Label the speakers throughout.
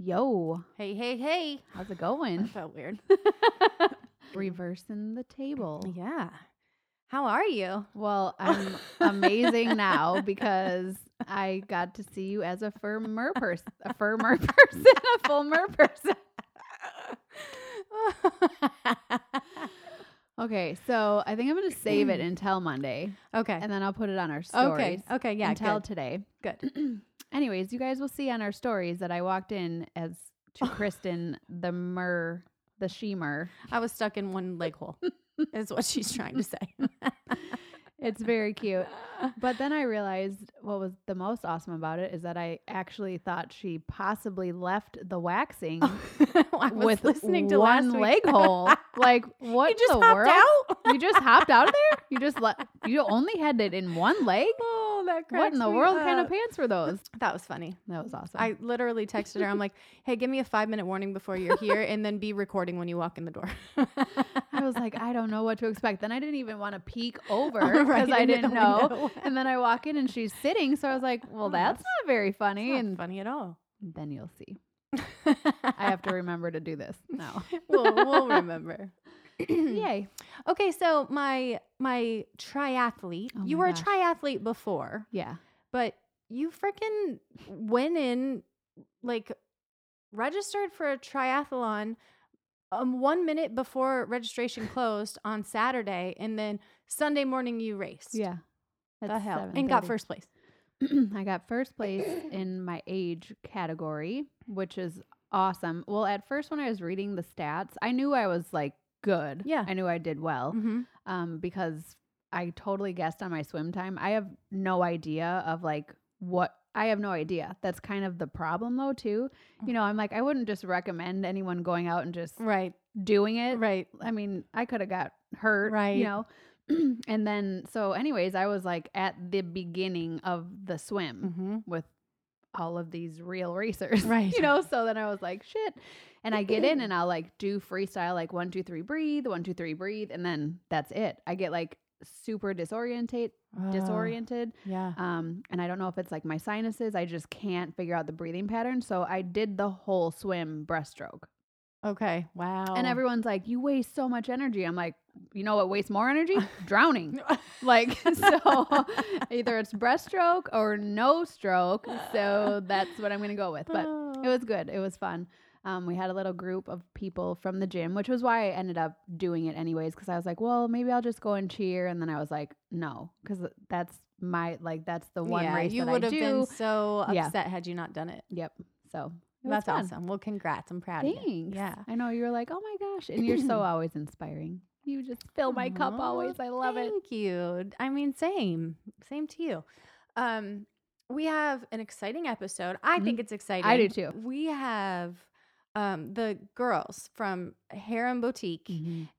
Speaker 1: Yo,
Speaker 2: Hey, hey, hey.
Speaker 1: how's it going?
Speaker 2: felt weird.
Speaker 1: Reversing the table.
Speaker 2: Yeah. How are you?
Speaker 1: Well, I'm amazing now because I got to see you as a firmer person, a firmer person, a full mer person. Okay, so I think I'm going to save it until Monday,
Speaker 2: okay.
Speaker 1: and then I'll put it on our stories.
Speaker 2: Okay. Okay. Yeah.
Speaker 1: until
Speaker 2: good.
Speaker 1: today.
Speaker 2: Good.
Speaker 1: Anyways, you guys will see on our stories that I walked in as to Kristen the mer, the shemer.
Speaker 2: I was stuck in one leg hole, is what she's trying to say.
Speaker 1: It's very cute. But then I realized what was the most awesome about it is that I actually thought she possibly left the waxing
Speaker 2: I was
Speaker 1: with
Speaker 2: listening to
Speaker 1: one
Speaker 2: last week's-
Speaker 1: leg hole. Like what
Speaker 2: You just
Speaker 1: the
Speaker 2: popped
Speaker 1: world?
Speaker 2: out.
Speaker 1: You just hopped out of there? You just let you only had it in one leg?
Speaker 2: Oh, that
Speaker 1: What in the world kind of pants were those?
Speaker 2: That was funny.
Speaker 1: That was awesome.
Speaker 2: uh, I literally texted her. I'm like, "Hey, give me a five minute warning before you're here, and then be recording when you walk in the door."
Speaker 1: I was like, I don't know what to expect. Then I didn't even want to peek over because
Speaker 2: Oh, Right,
Speaker 1: I
Speaker 2: into
Speaker 1: didn't
Speaker 2: the
Speaker 1: know.
Speaker 2: window.
Speaker 1: And then I walk in and she's sitting. So I was like, well,
Speaker 2: Oh,
Speaker 1: that's
Speaker 2: that's-
Speaker 1: not very funny.
Speaker 2: Not
Speaker 1: and
Speaker 2: funny at all.
Speaker 1: then you'll see. I have to remember to do this now.
Speaker 2: we'll, we'll remember. Hmm.
Speaker 1: Yay.
Speaker 2: Okay, so my my triathlete.
Speaker 1: Oh
Speaker 2: you
Speaker 1: my
Speaker 2: were
Speaker 1: gosh.
Speaker 2: a triathlete before,
Speaker 1: Yeah.
Speaker 2: but you freaking went in like registered for a triathlon um one minute before registration closed on Saturday and then Sunday morning you raced.
Speaker 1: Yeah. That's
Speaker 2: the hell. And got
Speaker 1: 7:30.
Speaker 2: first place.
Speaker 1: I got first place in my age category, which is awesome. Well, at first, when I was reading the stats, I knew I was like good.
Speaker 2: Yeah.
Speaker 1: I knew I did well
Speaker 2: Mhm.
Speaker 1: um, because I totally guessed on my swim time. I have no idea of like what. I have no idea. That's kind of the problem though, too. You know, I'm like, I wouldn't just recommend anyone going out and just
Speaker 2: Mm-hmm. Right.
Speaker 1: doing it.
Speaker 2: Right.
Speaker 1: I mean, I could have got hurt,
Speaker 2: Right.
Speaker 1: You know, and then so, anyways, I was like at the beginning of the swim
Speaker 2: Mhm.
Speaker 1: with all of these real racers,
Speaker 2: Right.
Speaker 1: You know, so then I was like, shit. And I get in and I'll like do freestyle, like one, two, three, breathe, one, two, three, breathe, and then that's it. I get like super disorientate,
Speaker 2: Oh,
Speaker 1: disoriented,
Speaker 2: Yeah.
Speaker 1: um, and I don't know if it's like my sinuses. I just can't figure out the breathing pattern. So I did the whole swim breaststroke.
Speaker 2: Okay. Wow.
Speaker 1: And everyone's like, "You waste so much energy." I'm like, "You know what wastes more energy? Drowning." like, so either it's breaststroke or no stroke. So that's what I'm going to go with. But it was good. It was fun. Um, we had a little group of people from the gym, which was why I ended up doing it anyways. Because I was like, "Well, maybe I'll just go and cheer." And then I was like, "No," because that's my like that's the one
Speaker 2: yeah,
Speaker 1: race
Speaker 2: you
Speaker 1: that I
Speaker 2: would have
Speaker 1: do.
Speaker 2: been so
Speaker 1: Yeah.
Speaker 2: upset had you not done it.
Speaker 1: Yep. So it was
Speaker 2: That's
Speaker 1: fun.
Speaker 2: awesome. Well, congrats. I'm proud of you.
Speaker 1: Thanks.
Speaker 2: Yeah.
Speaker 1: I know you're like, oh my gosh. And you're so always inspiring. You just fill my cup
Speaker 2: Aw,
Speaker 1: always. I love it.
Speaker 2: Thank you. I mean, same, same to you. Um, we have an exciting episode. Mm-hmm. I
Speaker 1: Mhm.
Speaker 2: think it's exciting.
Speaker 1: too.
Speaker 2: We have um, the girls from Harem Boutique,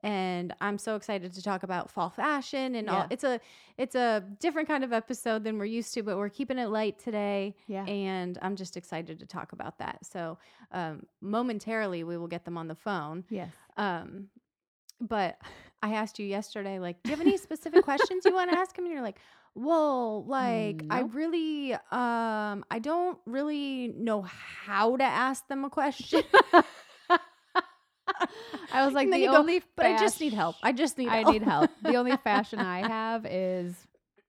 Speaker 2: and I'm so excited to talk about fall fashion and all.
Speaker 1: Yeah.
Speaker 2: It's a it's a different kind of episode than we're used to, but we're keeping it light today.
Speaker 1: Yeah.
Speaker 2: And I'm just excited to talk about that. So, um, momentarily, we will get them on the phone.
Speaker 1: yes.
Speaker 2: Um, but I asked you yesterday, like, do you have any specific questions you want to ask him? And you're like, well, like, I
Speaker 1: Nope.
Speaker 2: really, um, I don't really know how to ask them a question.
Speaker 1: I was like,
Speaker 2: And then
Speaker 1: the
Speaker 2: you go,
Speaker 1: only,
Speaker 2: but I just need help. I just need.
Speaker 1: I need help. The only fashion I have is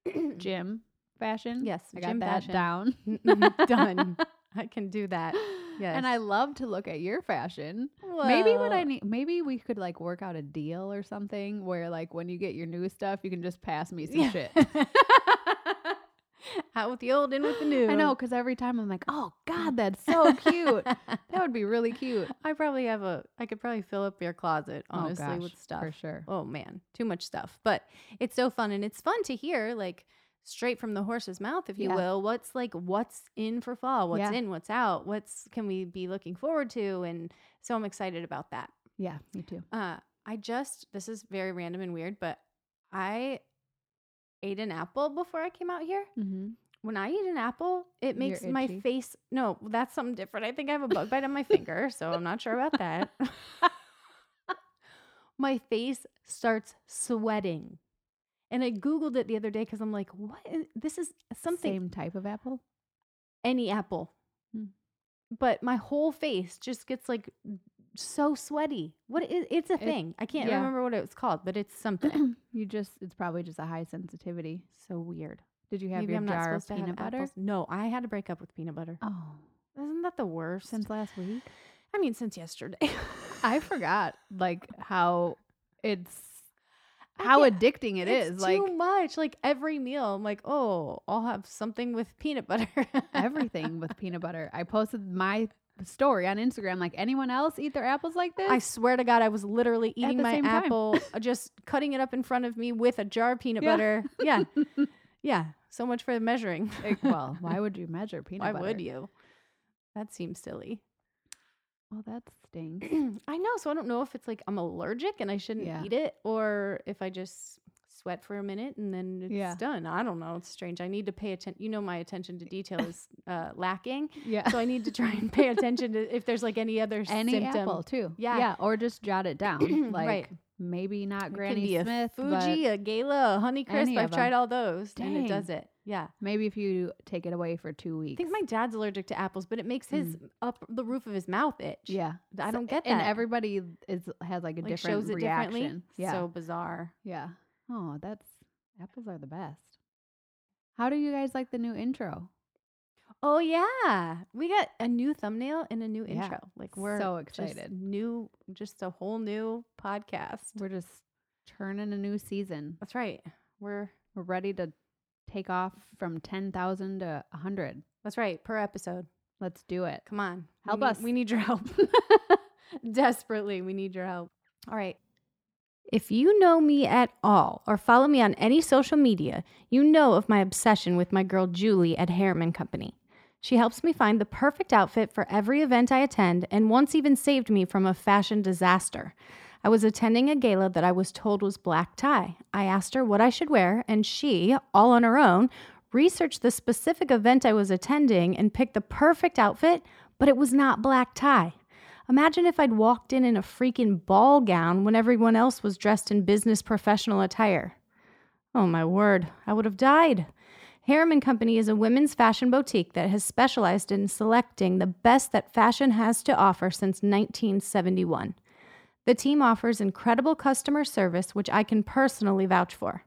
Speaker 1: gym fashion.
Speaker 2: yes,
Speaker 1: I got
Speaker 2: gym
Speaker 1: that
Speaker 2: fashion.
Speaker 1: down.
Speaker 2: Mm, done. I can do that. Yes.
Speaker 1: And I love to look at your fashion. maybe what I
Speaker 2: Well,
Speaker 1: need, maybe we could like work out a deal or something where like when you get your new stuff, you can just pass me some
Speaker 2: Yeah.
Speaker 1: shit.
Speaker 2: Out with the old, in with the new.
Speaker 1: I know, because every time I'm like, oh God, that's so cute. that would be really cute.
Speaker 2: I probably have a. I could probably fill up your closet honestly
Speaker 1: oh, gosh,
Speaker 2: with stuff.
Speaker 1: for sure.
Speaker 2: Oh man, too much stuff. But it's so fun, and it's fun to hear like straight from the horse's mouth, if you
Speaker 1: Yeah.
Speaker 2: will. What's like what's in for fall? What's
Speaker 1: Yeah.
Speaker 2: in? What's out? What's can we be looking forward to? And so I'm excited about that.
Speaker 1: Yeah, me too.
Speaker 2: Uh, I just this is very random and weird, but I ate an apple before I came out here.
Speaker 1: Mm-hmm.
Speaker 2: When I eat an apple, it
Speaker 1: You're
Speaker 2: makes my
Speaker 1: itchy?
Speaker 2: face no, that's something different. I think I have a bug bite on my finger, so I'm not sure about that. my face starts sweating. And I googled it the other day cuz I'm like, what is, this is something
Speaker 1: Same type of apple.
Speaker 2: any apple.
Speaker 1: Hmm.
Speaker 2: But my whole face just gets like so sweaty. What is it's a
Speaker 1: It-
Speaker 2: thing. I can't
Speaker 1: yeah.
Speaker 2: remember what it's called, but it's something.
Speaker 1: You just, it's probably just a high sensitivity.
Speaker 2: so weird.
Speaker 1: Did you have your jar of peanut butter?
Speaker 2: apples. No, I had to break up with peanut butter.
Speaker 1: Oh,
Speaker 2: Isn't that the worst?
Speaker 1: since last week?
Speaker 2: I mean since yesterday.
Speaker 1: I forgot like how it's,
Speaker 2: I
Speaker 1: how
Speaker 2: can't-
Speaker 1: addicting it
Speaker 2: it's
Speaker 1: is. Like
Speaker 2: too much. Like every meal, I'm like, oh, I'll have something with peanut butter.
Speaker 1: everything with peanut butter. I posted my story on Instagram like, anyone else eat their apples like this?
Speaker 2: I swear to God, I was literally eating
Speaker 1: the
Speaker 2: my
Speaker 1: same time.
Speaker 2: apple, uh, just cutting it up in front of me with a jar of peanut
Speaker 1: Yeah.
Speaker 2: butter. Yeah. yeah. So much for the measuring.
Speaker 1: Like, well, why would you measure peanut
Speaker 2: Why
Speaker 1: butter?
Speaker 2: would you? That seems silly.
Speaker 1: Well, that stinks.
Speaker 2: I know. So I don't know if it's like I'm allergic and I shouldn't
Speaker 1: Yeah.
Speaker 2: eat it or if I just sweat for a minute and then it's
Speaker 1: Yeah.
Speaker 2: done. I don't know. It's strange. I need to pay attention. You know, my attention to detail is uh, lacking.
Speaker 1: Yeah.
Speaker 2: So I need to try and pay attention to if there's like any other
Speaker 1: any
Speaker 2: symptom.
Speaker 1: apple too.
Speaker 2: Yeah.
Speaker 1: yeah, or just jot it down. like
Speaker 2: Right.
Speaker 1: maybe not
Speaker 2: It
Speaker 1: Granny
Speaker 2: can be
Speaker 1: Smith,
Speaker 2: a
Speaker 1: but
Speaker 2: Fuji, a Gala, a Honeycrisp.
Speaker 1: any
Speaker 2: I've
Speaker 1: of 'em.
Speaker 2: tried all those, and it
Speaker 1: Dang.
Speaker 2: does it. Yeah,
Speaker 1: maybe if you take it away for two
Speaker 2: I
Speaker 1: weeks.
Speaker 2: think my dad's allergic to apples, but it makes his up the roof of his mouth itch.
Speaker 1: Mm. yeah,
Speaker 2: I
Speaker 1: So-
Speaker 2: don't get that.
Speaker 1: and everybody is has like a
Speaker 2: like,
Speaker 1: different
Speaker 2: shows it
Speaker 1: reaction.
Speaker 2: differently.
Speaker 1: Yeah,
Speaker 2: so bizarre.
Speaker 1: yeah. Oh, that's apples are the best. How do you guys like the new intro?
Speaker 2: Oh yeah, we got a new thumbnail and a new
Speaker 1: Yeah.
Speaker 2: intro. Like we're
Speaker 1: So
Speaker 2: just
Speaker 1: excited.
Speaker 2: new, just a whole new podcast.
Speaker 1: We're just turning a new season.
Speaker 2: That's right. We're
Speaker 1: We're ready to take off from ten thousand to hundred.
Speaker 2: that's right per episode.
Speaker 1: Let's do it.
Speaker 2: Come on. We
Speaker 1: Help
Speaker 2: need-
Speaker 1: us.
Speaker 2: We need your help. Desperately, we need your help. All right. If you know me at all or follow me on any social media, you know of my obsession with my girl Julie at Harriman Company. She helps me find the perfect outfit for every event I attend and once even saved me from a fashion disaster. I was attending a gala that I was told was black tie. I asked her what I should wear, and she, all on her own, researched the specific event I was attending and picked the perfect outfit, but it was not black tie. Imagine if I'd walked in in a freaking ball gown when everyone else was dressed in business professional attire. Oh my word, I would have died. Harriman Company is a women's fashion boutique that has specialized in selecting the best that fashion has to offer since 1971. The team offers incredible customer service, which I can personally vouch for.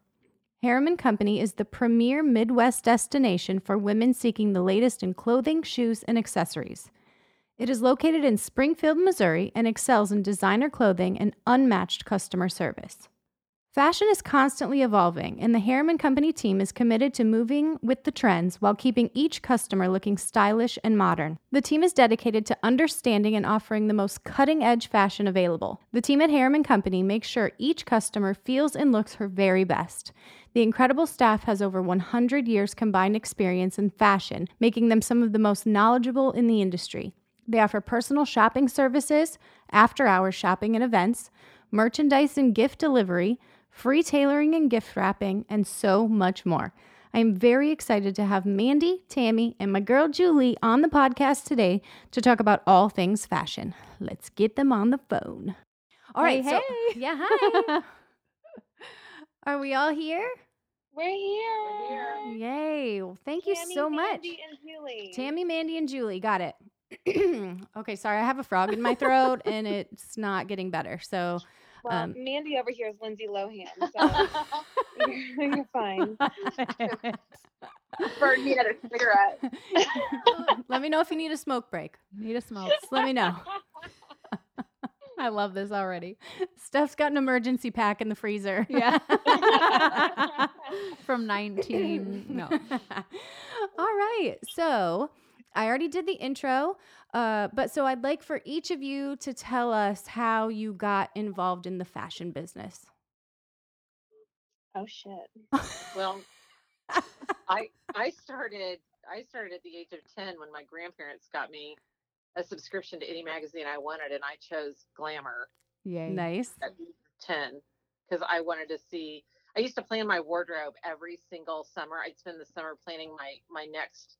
Speaker 2: Harriman Company is the premier Midwest destination for women seeking the latest in clothing, shoes, and accessories. It is located in Springfield, Missouri, and excels in designer clothing and unmatched customer service. Fashion is constantly evolving, and the Harriman Company team is committed to moving with the trends while keeping each customer looking stylish and modern. The team is dedicated to understanding and offering the most cutting edge fashion available. The team at Harriman Company makes sure each customer feels and looks her very best. The incredible staff has over 100 years combined experience in fashion, making them some of the most knowledgeable in the industry. They offer personal shopping services, after hours shopping and events, merchandise and gift delivery, free tailoring and gift wrapping, and so much more. I am very excited to have Mandy, Tammy, and my girl Julie on the podcast today to talk about all things fashion. Let's get them on the phone. All right,
Speaker 1: Hey,
Speaker 2: so- yeah, hi. Are we all here?
Speaker 3: We're here.
Speaker 2: Yay. Well, thank you
Speaker 3: Tammy,
Speaker 2: so much.
Speaker 3: Mandy, and Julie.
Speaker 2: Tammy, Mandy, and Julie. Got it. okay, sorry. I have a frog in my throat and it's not getting better. So,
Speaker 3: Well,
Speaker 2: um,
Speaker 3: Mandy over here is Lindsay Lohan, so you're, you're fine. Bird me a cigarette.
Speaker 2: let me know if you need a smoke break.
Speaker 1: Need a smoke.
Speaker 2: Just let me know.
Speaker 1: I love this already.
Speaker 2: Steph's got an emergency pack in the freezer.
Speaker 1: Yeah. From 19. No.
Speaker 2: All right. So I already did the intro, uh, but so I'd like for each of you to tell us how you got involved in the fashion business.
Speaker 3: Oh shit.
Speaker 4: Well, I I started I started at the age of ten when my grandparents got me a subscription to any magazine I wanted, and I chose Glamour
Speaker 1: Yay.
Speaker 2: Nice.
Speaker 4: at the age of ten because I wanted to see. I used to plan my wardrobe every single summer. I'd spend the summer planning my my next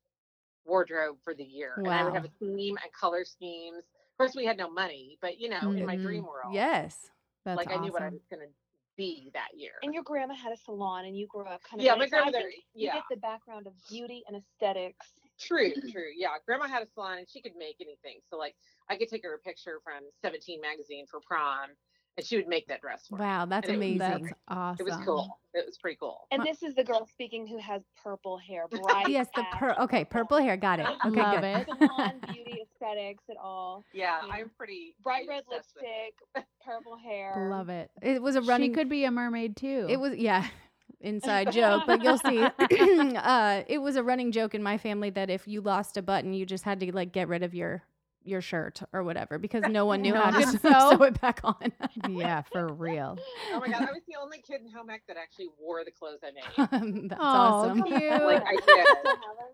Speaker 4: wardrobe for the year, and I would have
Speaker 2: Wow.
Speaker 4: a theme and color schemes. Of course, we had no money, but you know, in my
Speaker 1: Mhm.
Speaker 4: dream world,
Speaker 2: Yes.
Speaker 1: That's
Speaker 4: like I knew what I
Speaker 1: awesome.
Speaker 4: was going to be that year.
Speaker 3: And your grandma had a salon, and you grew up kind of.
Speaker 4: yeah,
Speaker 3: and
Speaker 4: my
Speaker 3: it's- I
Speaker 4: grandmother.
Speaker 3: think You
Speaker 4: Yeah,
Speaker 3: get the background of beauty and aesthetics.
Speaker 4: True, true. Yeah. Grandma had a salon and she could make anything. So like I could take her a picture from 17 magazine for prom and she would make that dress for me.
Speaker 2: Wow. That's
Speaker 4: And
Speaker 2: amazing.
Speaker 4: was
Speaker 1: That's
Speaker 4: great.
Speaker 1: awesome.
Speaker 4: It was cool. It was pretty cool.
Speaker 3: And
Speaker 2: My-
Speaker 3: this is the girl speaking who has purple hair, bright.
Speaker 2: yes. The
Speaker 3: ash
Speaker 2: pur- okay. Purple hair. Got it. Okay.
Speaker 1: Love
Speaker 2: good.
Speaker 1: it.
Speaker 3: Salon beauty aesthetics at all.
Speaker 4: Yeah,
Speaker 3: Yeah.
Speaker 4: I'm pretty
Speaker 3: Bright
Speaker 4: pretty
Speaker 3: red
Speaker 4: obsessed with it.
Speaker 3: lipstick, purple hair.
Speaker 1: Love it.
Speaker 2: It was a running.
Speaker 1: She could be a mermaid too.
Speaker 2: It was yeah, inside joke, but you'll see. uh, it was a running joke in my family that if you lost a button, you just had to like get rid of your your shirt or whatever because no one knew
Speaker 1: No
Speaker 2: how to
Speaker 1: one could
Speaker 2: sew.
Speaker 1: sew.
Speaker 2: it back on.
Speaker 1: yeah, for real.
Speaker 4: Oh my god, I was the only kid in home ec that actually wore the clothes I made.
Speaker 2: Um, That's
Speaker 1: Oh,
Speaker 2: awesome.
Speaker 1: cute.
Speaker 4: Like I
Speaker 3: Do
Speaker 4: did.
Speaker 3: you still have them?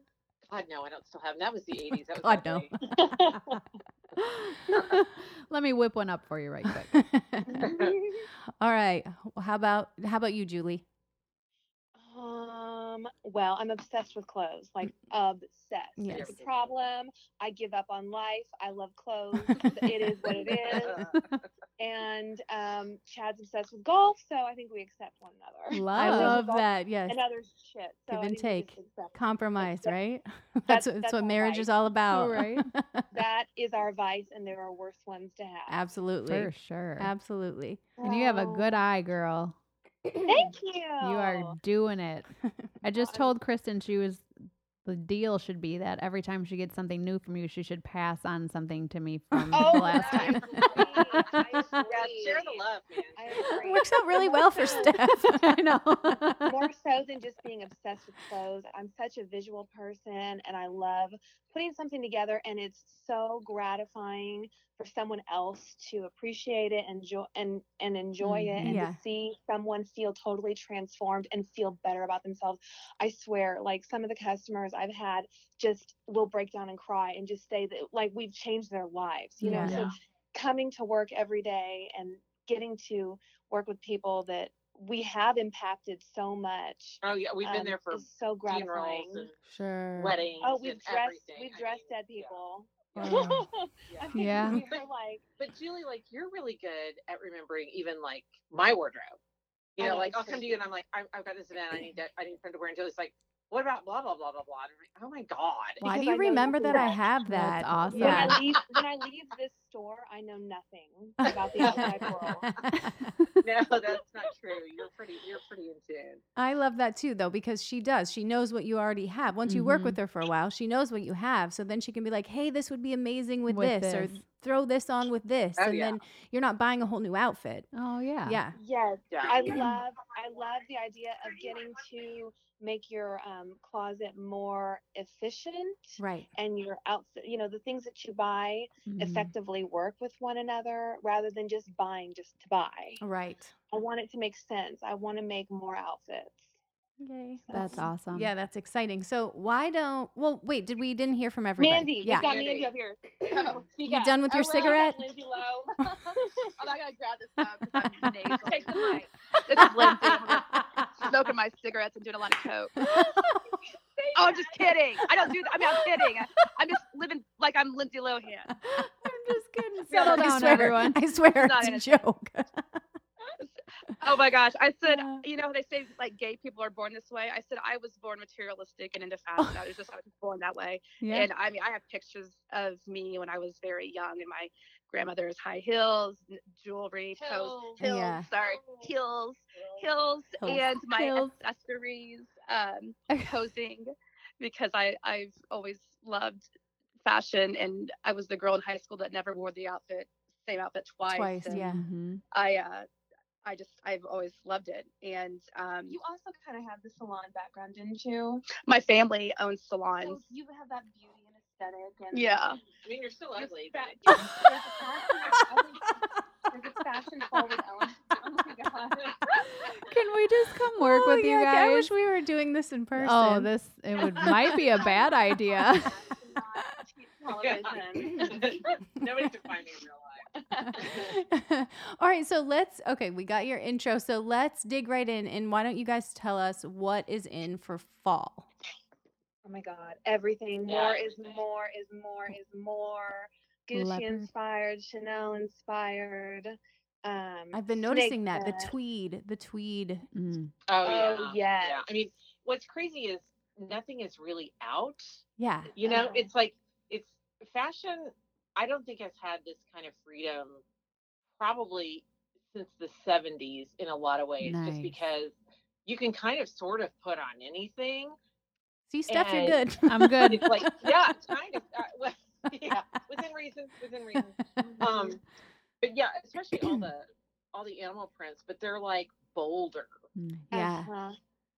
Speaker 4: God no, I don't still have them. That was the 80s. That
Speaker 2: God,
Speaker 4: was
Speaker 2: no.
Speaker 4: ugly.
Speaker 1: Let me whip one up for you right quick.
Speaker 2: All right. How about how about you, Julie?
Speaker 3: Um. Well, I'm obsessed with clothes. Like
Speaker 1: Mm.
Speaker 3: obsessed.
Speaker 2: Yes.
Speaker 3: It's a problem. I give up on life. I love clothes. it is what it is.
Speaker 4: Uh,
Speaker 3: And um, Chad's obsessed with golf, so I think we accept one another.
Speaker 1: Love.
Speaker 2: I love
Speaker 3: Well,
Speaker 2: that. Yes.
Speaker 3: And others shit. So
Speaker 2: Give
Speaker 3: I
Speaker 2: and
Speaker 3: think we just
Speaker 2: take.
Speaker 3: accept it.
Speaker 2: Compromise,
Speaker 3: that-
Speaker 2: right? That's,
Speaker 3: that's-
Speaker 2: what, that's
Speaker 3: that's
Speaker 2: what
Speaker 3: all
Speaker 2: marriage
Speaker 3: right.
Speaker 2: is all
Speaker 4: Oh,
Speaker 2: about.
Speaker 1: right.
Speaker 3: That is our vice, and there are worse ones to have.
Speaker 2: Absolutely.
Speaker 1: For sure.
Speaker 2: Absolutely.
Speaker 1: And you have a
Speaker 3: So,
Speaker 1: good eye, girl.
Speaker 3: Thank you.
Speaker 1: You are
Speaker 4: Oh.
Speaker 1: doing it. I just
Speaker 3: I'm-
Speaker 1: told Kristen she was the deal should be that every time she gets something new from you, she should pass on something to me from
Speaker 3: Oh,
Speaker 1: the last
Speaker 3: I
Speaker 1: time.
Speaker 3: agree. I
Speaker 4: Yeah, share the
Speaker 3: agree.
Speaker 4: love, man.
Speaker 3: I
Speaker 2: It
Speaker 3: agree.
Speaker 2: works out really well for Steph.
Speaker 1: I know.
Speaker 3: more so than just being obsessed with clothes. I'm such a visual person and I love putting something together and it's so gratifying for someone else to appreciate it and jo- and and enjoy it and
Speaker 2: Yeah.
Speaker 3: to see someone feel totally transformed and feel better about themselves. I swear like some of the customers I've had just will break down and cry and just say that like we've changed their lives, you know. So
Speaker 4: Yeah.
Speaker 3: coming to work every day and getting to work with people that we have impacted so much.
Speaker 4: Oh yeah, we've
Speaker 3: um,
Speaker 4: been there for
Speaker 3: is so gratifying.
Speaker 4: funerals and
Speaker 2: Sure.
Speaker 4: weddings.
Speaker 3: oh, we've
Speaker 4: and
Speaker 3: dressed
Speaker 4: everything.
Speaker 3: we've
Speaker 4: I
Speaker 3: dressed
Speaker 4: mean,
Speaker 3: dead
Speaker 4: yeah,
Speaker 3: people.
Speaker 1: Oh,
Speaker 2: Wow.
Speaker 4: yeah.
Speaker 3: I mean,
Speaker 1: Yeah.
Speaker 3: we were like
Speaker 4: But Julie, like you're really good at remembering even like my wardrobe. You
Speaker 3: I
Speaker 4: know,
Speaker 3: know,
Speaker 4: Oh, like
Speaker 3: it's
Speaker 4: I'll come
Speaker 3: true.
Speaker 4: to you and I'm like, i I've got this event. I need to, I need something to wear. And Julie's like, what about blah blah blah blah blah? And I'm like, oh my god.
Speaker 2: Why do
Speaker 3: because I
Speaker 2: you
Speaker 3: know you
Speaker 2: remember
Speaker 3: do
Speaker 2: that I
Speaker 3: that.
Speaker 2: have that?
Speaker 1: That's awesome.
Speaker 3: when
Speaker 2: Yeah.
Speaker 3: I leave when I leave this store, I know nothing about the outside world.
Speaker 4: No, that's not true. You're pretty. You're pretty in tune.
Speaker 2: I love that too, though, because she does. She knows what you already have. Once you work
Speaker 1: Mhm.
Speaker 2: with her for a while, she knows what you have. So then she can be like, hey, this would be amazing with,
Speaker 1: With
Speaker 2: this, or
Speaker 1: this.
Speaker 2: throw this on with this.
Speaker 4: Oh,
Speaker 2: and
Speaker 4: yeah.
Speaker 2: then you're not buying a whole new outfit.
Speaker 1: oh yeah.
Speaker 2: Yeah.
Speaker 3: Yes.
Speaker 4: Yeah.
Speaker 3: I love I love the idea of getting to make your um, closet more efficient
Speaker 2: Right.
Speaker 3: and your outfit you know, the things that you buy
Speaker 1: Mhm.
Speaker 3: effectively work with one another rather than just buying just to buy.
Speaker 2: Right.
Speaker 3: I want it to make sense. I want to make more outfits.
Speaker 2: Yay.
Speaker 1: That's awesome.
Speaker 2: Yeah, that's exciting. So why don't? Well, wait. Did we didn't hear from everybody?
Speaker 3: Mandy,
Speaker 2: yeah.
Speaker 3: we've got
Speaker 4: Mandy.
Speaker 3: Mandy up here.
Speaker 5: Oh,
Speaker 2: You done with your cigarette?
Speaker 5: Lindsay Lowe. I'm not gonna grab this up. 'cause I'm nasal.
Speaker 3: Take the mic.
Speaker 5: This is Lindsay. I'm smoking my cigarettes and doing a lot of coke. Oh, I'm just kidding. I don't do that. I mean, I'm kidding. I, I'm just living like I'm Lindsay Lohan.
Speaker 2: I'm just kidding.
Speaker 1: Yeah,
Speaker 2: Settle
Speaker 1: I
Speaker 2: down,
Speaker 1: swear.
Speaker 2: everyone. I swear
Speaker 5: It's not
Speaker 2: it's a joke.
Speaker 5: Oh my gosh. I said,
Speaker 2: Yeah.
Speaker 5: you know, they say like gay people are born this way. I said I was born materialistic and into fashion. I was just I was born that way.
Speaker 1: Yeah.
Speaker 5: And I mean, I have pictures of me when I was very young and my grandmother's high heels, n- jewelry, toes,
Speaker 2: Hills.
Speaker 5: hills,
Speaker 2: Yeah.
Speaker 5: sorry, heels, hills,
Speaker 2: Hills.
Speaker 5: and my
Speaker 1: Hills.
Speaker 5: accessories, um, posing, because I, I've always loved fashion and I was the girl in high school that never wore the outfit same outfit twice.
Speaker 2: Twice,
Speaker 5: and
Speaker 2: yeah.
Speaker 1: Mhm.
Speaker 5: I uh, I just I've always loved it, and um,
Speaker 3: You also kind of have the salon background, didn't you?
Speaker 5: my family owns
Speaker 3: So
Speaker 5: salons.
Speaker 3: Oh, you have that beauty and aesthetic. And
Speaker 5: Yeah.
Speaker 4: I mean, you're still
Speaker 3: You're
Speaker 4: ugly.
Speaker 3: fa-
Speaker 4: but-
Speaker 3: there's a fashion forward element. Oh my god.
Speaker 1: Can we just come work
Speaker 2: Oh,
Speaker 1: with
Speaker 2: yuck,
Speaker 1: you guys?
Speaker 2: I wish we were doing this in person.
Speaker 1: oh, this it would might be a bad idea.
Speaker 4: Nobody can find me in real life.
Speaker 2: All right, so let's okay, we got your intro. So let's dig right in and why don't you guys tell us what is in for fall?
Speaker 3: Oh my god, everything.
Speaker 4: Yeah,
Speaker 3: More is
Speaker 4: everything.
Speaker 3: more is more is more. Gucci
Speaker 1: Leopard.
Speaker 3: inspired, Chanel inspired. Um
Speaker 2: I've been
Speaker 3: snake
Speaker 2: noticing that the
Speaker 3: print.
Speaker 2: tweed, the tweed.
Speaker 1: Mm.
Speaker 4: Oh,
Speaker 3: Oh,
Speaker 4: yeah.
Speaker 3: yes.
Speaker 4: I mean, what's crazy is nothing is really out.
Speaker 2: Yeah.
Speaker 4: You know,
Speaker 3: Oh.
Speaker 4: it's like it's fashion. I don't think has had this kind of freedom probably since the 70s in a lot of ways,
Speaker 1: Nice.
Speaker 4: just because you can kind of sort of put on anything.
Speaker 2: See, Steph, you're
Speaker 4: And-
Speaker 2: good.
Speaker 1: I'm good.
Speaker 4: It's like, yeah, kind of. Uh, well, yeah, within reason, within reason. Um, but yeah, especially all the all the animal prints, but they're like bolder.
Speaker 1: Mm.
Speaker 2: Yeah.
Speaker 3: Uh-huh.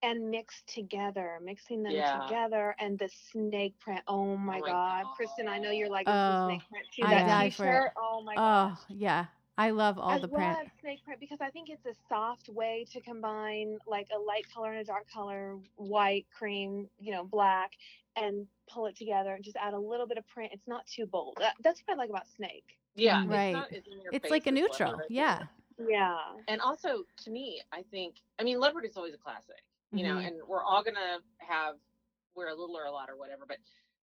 Speaker 3: And mixed together, mixing them
Speaker 4: Yeah.
Speaker 3: together, and the snake print. Oh my,
Speaker 4: my
Speaker 3: God,
Speaker 4: God.
Speaker 3: Kristen! I know you're like this
Speaker 2: Oh,
Speaker 3: is snake print too.
Speaker 2: I
Speaker 3: That
Speaker 2: die for it.
Speaker 3: T-shirt. Oh my
Speaker 2: Oh,
Speaker 3: gosh.
Speaker 2: yeah. I love all
Speaker 3: I
Speaker 2: the print.
Speaker 3: love snake print because I think it's a soft way to combine like a light color and a dark color, white, cream, you know, black, and pull it together and just add a little bit of print. It's not too bold. That, that's what I like about snake.
Speaker 4: Yeah,
Speaker 1: Mm.
Speaker 4: it's
Speaker 2: Right.
Speaker 4: not as in your
Speaker 2: It's
Speaker 4: face
Speaker 2: like a
Speaker 4: as leopard,
Speaker 2: neutral.
Speaker 4: I think.
Speaker 2: Yeah.
Speaker 3: Yeah.
Speaker 4: And also, to me, I think, I mean, leopard is always a classic, you know,
Speaker 2: Mhm.
Speaker 4: and we're all gonna have wear a little or a lot or whatever. But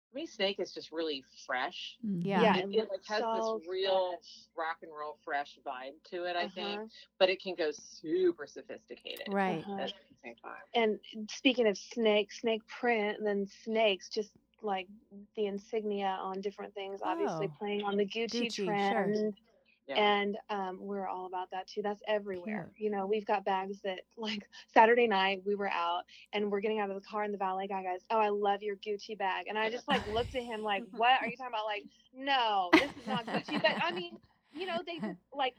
Speaker 4: to me, snake is just really fresh.
Speaker 1: Mhm.
Speaker 2: Yeah.
Speaker 4: It- it, like,
Speaker 3: looks
Speaker 4: has this
Speaker 3: so
Speaker 4: real-
Speaker 3: fresh.
Speaker 4: Rock and roll, fresh vibe to it, I
Speaker 3: Uh-huh.
Speaker 4: think. But it can go super sophisticated.
Speaker 2: Right.
Speaker 3: Uh-huh.
Speaker 4: At the same time.
Speaker 3: And speaking of snake, snake print, and then snakes, just like the insignia on different things, obviously
Speaker 2: Oh.
Speaker 3: playing on the Gucci,
Speaker 2: Gucci, sure.
Speaker 3: trend.
Speaker 4: Yeah.
Speaker 3: And um, we're all about that too. That's everywhere. You know, we've got bags that, like Saturday night, we were out and we're getting out of the car, and the valet guy goes, "Oh, I love your Gucci bag." And I just like looked at him like, "What are you talking about?" Like, no, this is not Gucci. But I mean, you know, they just, like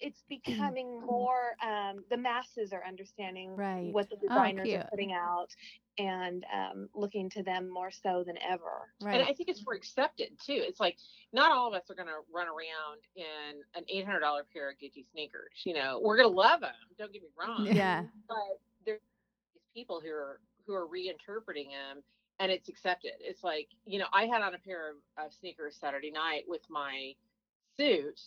Speaker 3: it's becoming more. Um, the masses are understanding
Speaker 2: Right.
Speaker 3: what the designers are
Speaker 1: cute.
Speaker 3: putting out and um, looking to them more so than ever.
Speaker 2: Right.
Speaker 4: And I think it's more accepted too. It's like not all of us are going to run around in an eight hundred dollar pair of Gucci sneakers. You know, we're going to love them. Don't get me wrong.
Speaker 2: yeah.
Speaker 4: But there's these people who are who are reinterpreting them, and it's accepted. It's like you know, I had on a pair of, of sneakers Saturday night with my suit,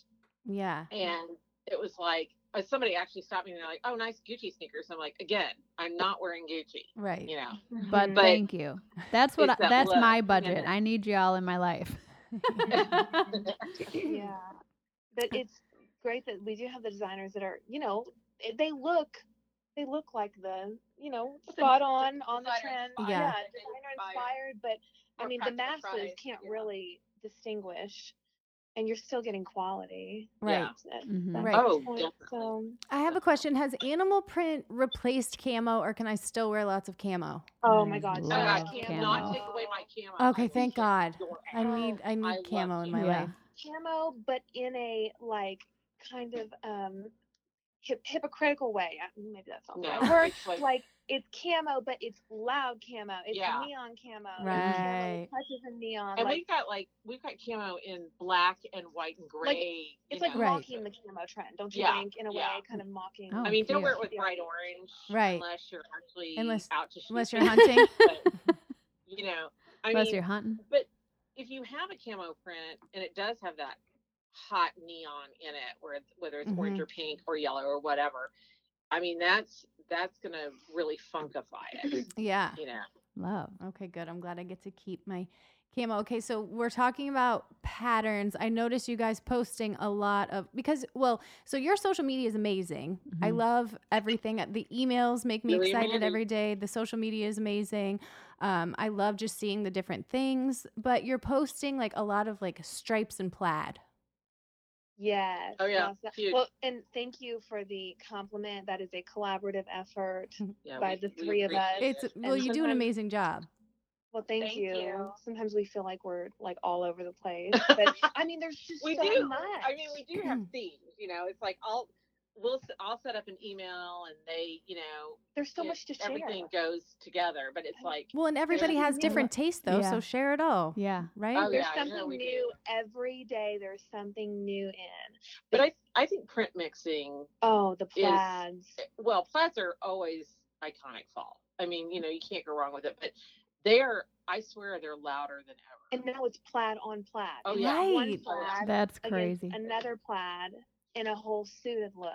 Speaker 2: Yeah.
Speaker 4: and it was like uh, somebody actually stopped me and they're like, "Oh, nice Gucci sneakers." I'm like, again, I'm not wearing Gucci.
Speaker 2: Right.
Speaker 4: You know,
Speaker 1: But,
Speaker 4: But-
Speaker 1: thank you. That's what I,
Speaker 4: Mm-hmm. It's that
Speaker 1: that's
Speaker 4: look,
Speaker 1: my
Speaker 4: you know,
Speaker 1: budget.
Speaker 4: that-
Speaker 1: I need y'all in my life. Mm-hmm.
Speaker 3: yeah but it's great that we do have the designers that are you know eh, they look they look like the you know
Speaker 5: It's
Speaker 3: spot
Speaker 5: in-
Speaker 3: on
Speaker 5: it's
Speaker 3: on the
Speaker 5: designer
Speaker 3: trend
Speaker 5: inspired.
Speaker 2: Yeah.
Speaker 5: It's
Speaker 3: designer
Speaker 5: inspired.
Speaker 3: inspired but i
Speaker 5: More
Speaker 3: mean the masses
Speaker 5: practice Fridays,
Speaker 3: can't
Speaker 5: yeah.
Speaker 3: really distinguish and you're still getting quality
Speaker 2: Right.
Speaker 4: Yeah.
Speaker 3: That-
Speaker 1: Mhm.
Speaker 3: that's
Speaker 2: Right.
Speaker 3: the
Speaker 4: Oh,
Speaker 3: point,
Speaker 4: definitely.
Speaker 3: so-
Speaker 2: I have a question. Has animal print replaced camo or can I still wear lots of camo?
Speaker 3: oh
Speaker 5: Mm-hmm.
Speaker 3: my
Speaker 1: I
Speaker 3: god
Speaker 4: Oh,
Speaker 1: love
Speaker 4: I
Speaker 1: Love
Speaker 4: cannot
Speaker 1: camo.
Speaker 4: take away my camo.
Speaker 2: Okay,
Speaker 4: I
Speaker 2: thank
Speaker 4: wish it
Speaker 2: God.
Speaker 4: your
Speaker 2: I
Speaker 4: ass.
Speaker 2: need I need
Speaker 4: Oh, I love
Speaker 2: camo in my
Speaker 1: camo. Yeah.
Speaker 2: life.
Speaker 3: camo but in a like kind of um hip- hypocritical way Uh, maybe that's not the
Speaker 4: No,
Speaker 3: right word
Speaker 4: it's like-
Speaker 3: like it's camo, but it's loud camo. It's
Speaker 4: Yeah.
Speaker 3: neon camo. It's camo
Speaker 2: Right.
Speaker 3: that touches a neon.
Speaker 4: And
Speaker 3: like,
Speaker 4: we've got like we've got camo in black and white and gray. you
Speaker 3: it's like
Speaker 4: know.
Speaker 2: Right.
Speaker 3: mocking the camo trend, don't you
Speaker 4: Yeah,
Speaker 3: think? In a
Speaker 4: yeah.
Speaker 3: way, kind of mocking.
Speaker 1: Oh,
Speaker 4: I mean, don't wear it
Speaker 1: cute.
Speaker 4: with bright orange,
Speaker 2: Right.
Speaker 4: Unless you're actually
Speaker 2: Unless-
Speaker 4: out to shoot
Speaker 2: unless you're
Speaker 4: things,
Speaker 2: hunting.
Speaker 4: but, you know, I
Speaker 1: Unless
Speaker 4: mean,
Speaker 1: you're hunting.
Speaker 4: but if you have a camo print and it does have that hot neon in it, where it's, whether it's orange
Speaker 2: Mhm.
Speaker 4: or pink or yellow or whatever, I mean, that's that's gonna really funkify it.
Speaker 2: Yeah.
Speaker 4: You know,
Speaker 1: Love.
Speaker 2: Okay, good. I'm glad I get to keep my camo. Okay, so we're talking about patterns. I notice you guys posting a lot of because well, so your social media is amazing. I
Speaker 1: Mhm.
Speaker 2: love everything. Uh, The emails make me
Speaker 4: Really
Speaker 2: excited
Speaker 4: amazing.
Speaker 2: every day. The social media is amazing. Um, I love just seeing the different things, but you're posting like a lot of like stripes and plaid.
Speaker 3: Yes.
Speaker 4: Oh, yeah.
Speaker 3: yes, that-
Speaker 4: Huge.
Speaker 3: Well, and thank you for the compliment. That is a collaborative effort.
Speaker 4: yeah,
Speaker 3: By the three of us.
Speaker 4: appreciate
Speaker 2: It's
Speaker 4: it.
Speaker 2: well, you do an
Speaker 3: sometimes-
Speaker 2: amazing job.
Speaker 3: Well, thank,
Speaker 5: Thank
Speaker 3: you.
Speaker 5: you.
Speaker 3: Sometimes we feel like we're like all over the place, but I mean, there's just
Speaker 4: we
Speaker 3: so
Speaker 4: do.
Speaker 3: much.
Speaker 4: I mean, we do have themes. You know, it's like I'll we'll s- I'll set up an email and they, you know,
Speaker 3: there's so
Speaker 4: it-
Speaker 3: much to share.
Speaker 4: everything goes together. But it's like
Speaker 2: Well, and everybody has
Speaker 3: Yeah.
Speaker 2: different tastes though,
Speaker 1: Yeah.
Speaker 2: so share it all,
Speaker 1: Yeah.
Speaker 2: right?
Speaker 4: Oh,
Speaker 3: There's
Speaker 4: yeah, I know
Speaker 3: something
Speaker 4: we do.
Speaker 3: new every day. There's something new in.
Speaker 4: But I I think print mixing.
Speaker 3: Oh, the plaids.
Speaker 4: Well, plaids are always iconic fall. I mean, you know, you can't go wrong with it. But they are. I swear, they're louder than
Speaker 3: and
Speaker 4: ever.
Speaker 3: now it's plaid on plaid.
Speaker 4: Oh,
Speaker 3: It's
Speaker 4: yeah.
Speaker 3: One
Speaker 2: Right.
Speaker 3: plaid
Speaker 1: That's
Speaker 3: against
Speaker 1: crazy.
Speaker 3: another plaid in a whole suited look.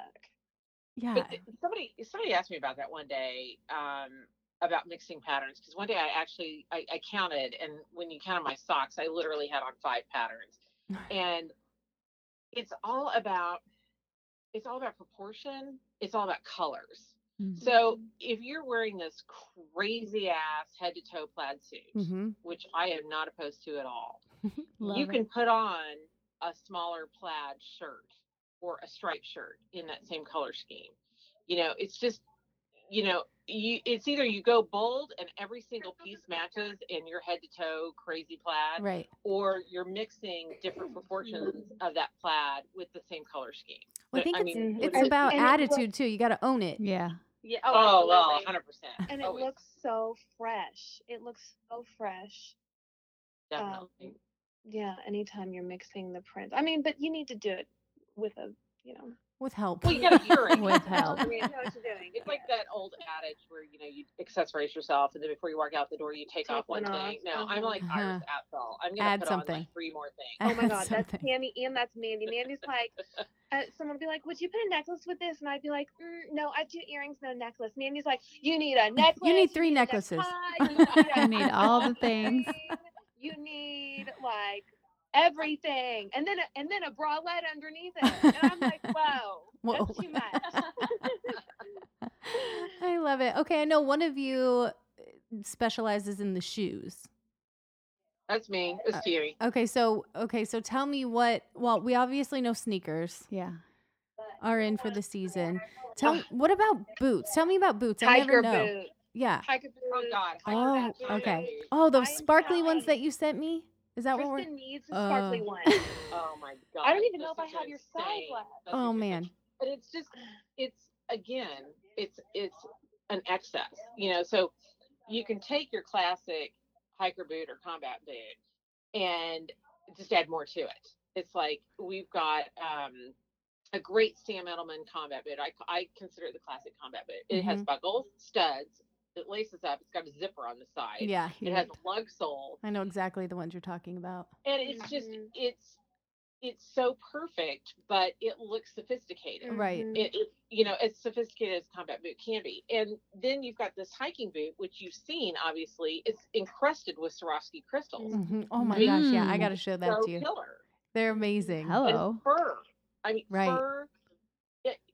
Speaker 2: yeah.
Speaker 4: But th- somebody somebody asked me about that one day um, about mixing patterns because one day I actually I, I counted and when you counted my socks I literally had on five patterns and it's all about it's all about proportion it's all about colors
Speaker 1: Mhm.
Speaker 4: so if you're wearing this crazy ass head to toe plaid suit
Speaker 2: hmm
Speaker 4: which I am not opposed to at all you
Speaker 1: Love it.
Speaker 4: can put on a smaller plaid shirt or a striped shirt in that same color scheme. You know, it's just, you know, you it's either you go bold and every single piece matches in your head to toe crazy plaid,
Speaker 2: Right.
Speaker 4: or you're mixing different proportions of that plaid with the same color scheme.
Speaker 2: Well, I
Speaker 4: But,
Speaker 2: think
Speaker 4: I
Speaker 2: it's
Speaker 4: mean,
Speaker 2: it's
Speaker 4: what is-
Speaker 2: about
Speaker 3: and it looks-
Speaker 2: attitude too. You got to own it.
Speaker 1: Yeah.
Speaker 5: Yeah.
Speaker 4: Oh, well,
Speaker 5: absolutely.
Speaker 4: 100%.
Speaker 3: And it
Speaker 4: Always.
Speaker 3: looks so fresh. It looks so fresh. Um,
Speaker 4: Definitely.
Speaker 3: Yeah, anytime you're mixing the prints. I mean, but you need to do it with a, you know.
Speaker 2: with help.
Speaker 4: Well, you gotta curate.
Speaker 1: With help.
Speaker 3: I mean, you know what you're doing.
Speaker 4: It's like that old adage where you know you accessorize yourself, and then before you walk out the door, you take,
Speaker 3: Take
Speaker 4: off one
Speaker 3: one off.
Speaker 4: thing. No, I'm
Speaker 3: Uh-huh.
Speaker 4: like Iris Apfel. I'm gonna
Speaker 2: Add
Speaker 4: put on
Speaker 2: something.
Speaker 4: like three more things.
Speaker 3: Oh my god, that's
Speaker 2: Something.
Speaker 3: Tammy and that's Mandy. Mandy's like, uh, someone would be like, "Would you put a necklace with this?" And I'd be like, mm, "No, I do earrings, no necklace." Mandy's like, "You need a necklace.
Speaker 2: three
Speaker 3: need a
Speaker 2: necklaces.
Speaker 3: tie, you need a
Speaker 1: You need all the things.
Speaker 3: ring, You need like everything, and then a, and then a bralette underneath it." And I'm like, "Whoa,
Speaker 2: Whoa.
Speaker 3: that's too much."
Speaker 2: I love it. Okay, I know one of you uh, specializes in the shoes.
Speaker 4: That's me. It's
Speaker 2: Uh,
Speaker 4: Tammy.
Speaker 2: Okay, so okay, so tell me what. Well, we obviously know sneakers
Speaker 1: Yeah.
Speaker 2: are in for the season. Tell what about boots? Tell me about boots. I never
Speaker 3: Oh, Tiger
Speaker 2: know.
Speaker 3: boot,
Speaker 2: Yeah.
Speaker 3: tiger boot.
Speaker 4: Oh God. I
Speaker 2: Oh,
Speaker 4: know that too.
Speaker 2: okay. Oh, those
Speaker 3: I'm
Speaker 2: sparkly ones
Speaker 3: telling-
Speaker 2: that you sent me. Is that what we're?
Speaker 3: Kristen needs a
Speaker 2: Uh,
Speaker 3: sparkly one.
Speaker 4: Oh my God.
Speaker 3: I don't even
Speaker 4: this
Speaker 3: know if I
Speaker 4: is
Speaker 3: have your
Speaker 4: insane.
Speaker 3: size left.
Speaker 4: That's
Speaker 2: Oh
Speaker 4: a good
Speaker 2: man.
Speaker 4: picture. But it's just, it's again, it's it's an excess. You know, so you can take your classic hiker boot or combat boot and just add more to it. It's like we've got um, a great Sam Edelman combat boot. I, I consider it the classic combat boot. It
Speaker 2: Mm-hmm.
Speaker 4: has buckles, studs, it laces up, it's got a zipper on the side.
Speaker 2: Yeah,
Speaker 4: It has a lug sole
Speaker 2: I know exactly the ones you're talking about.
Speaker 4: and it's just
Speaker 3: Mhm.
Speaker 4: it's it's so perfect but it looks sophisticated
Speaker 2: Right.
Speaker 3: Mhm.
Speaker 4: it, it you know as sophisticated as combat boot can be and then you've got this hiking boot which you've seen obviously it's encrusted with Swarovski crystals
Speaker 2: Mhm. Oh my gosh, yeah, I
Speaker 1: Mm.
Speaker 2: gotta show that
Speaker 4: so
Speaker 2: to you.
Speaker 4: killer
Speaker 2: They're amazing.
Speaker 4: And
Speaker 1: Hello.
Speaker 4: fur I mean
Speaker 2: Right.
Speaker 4: fur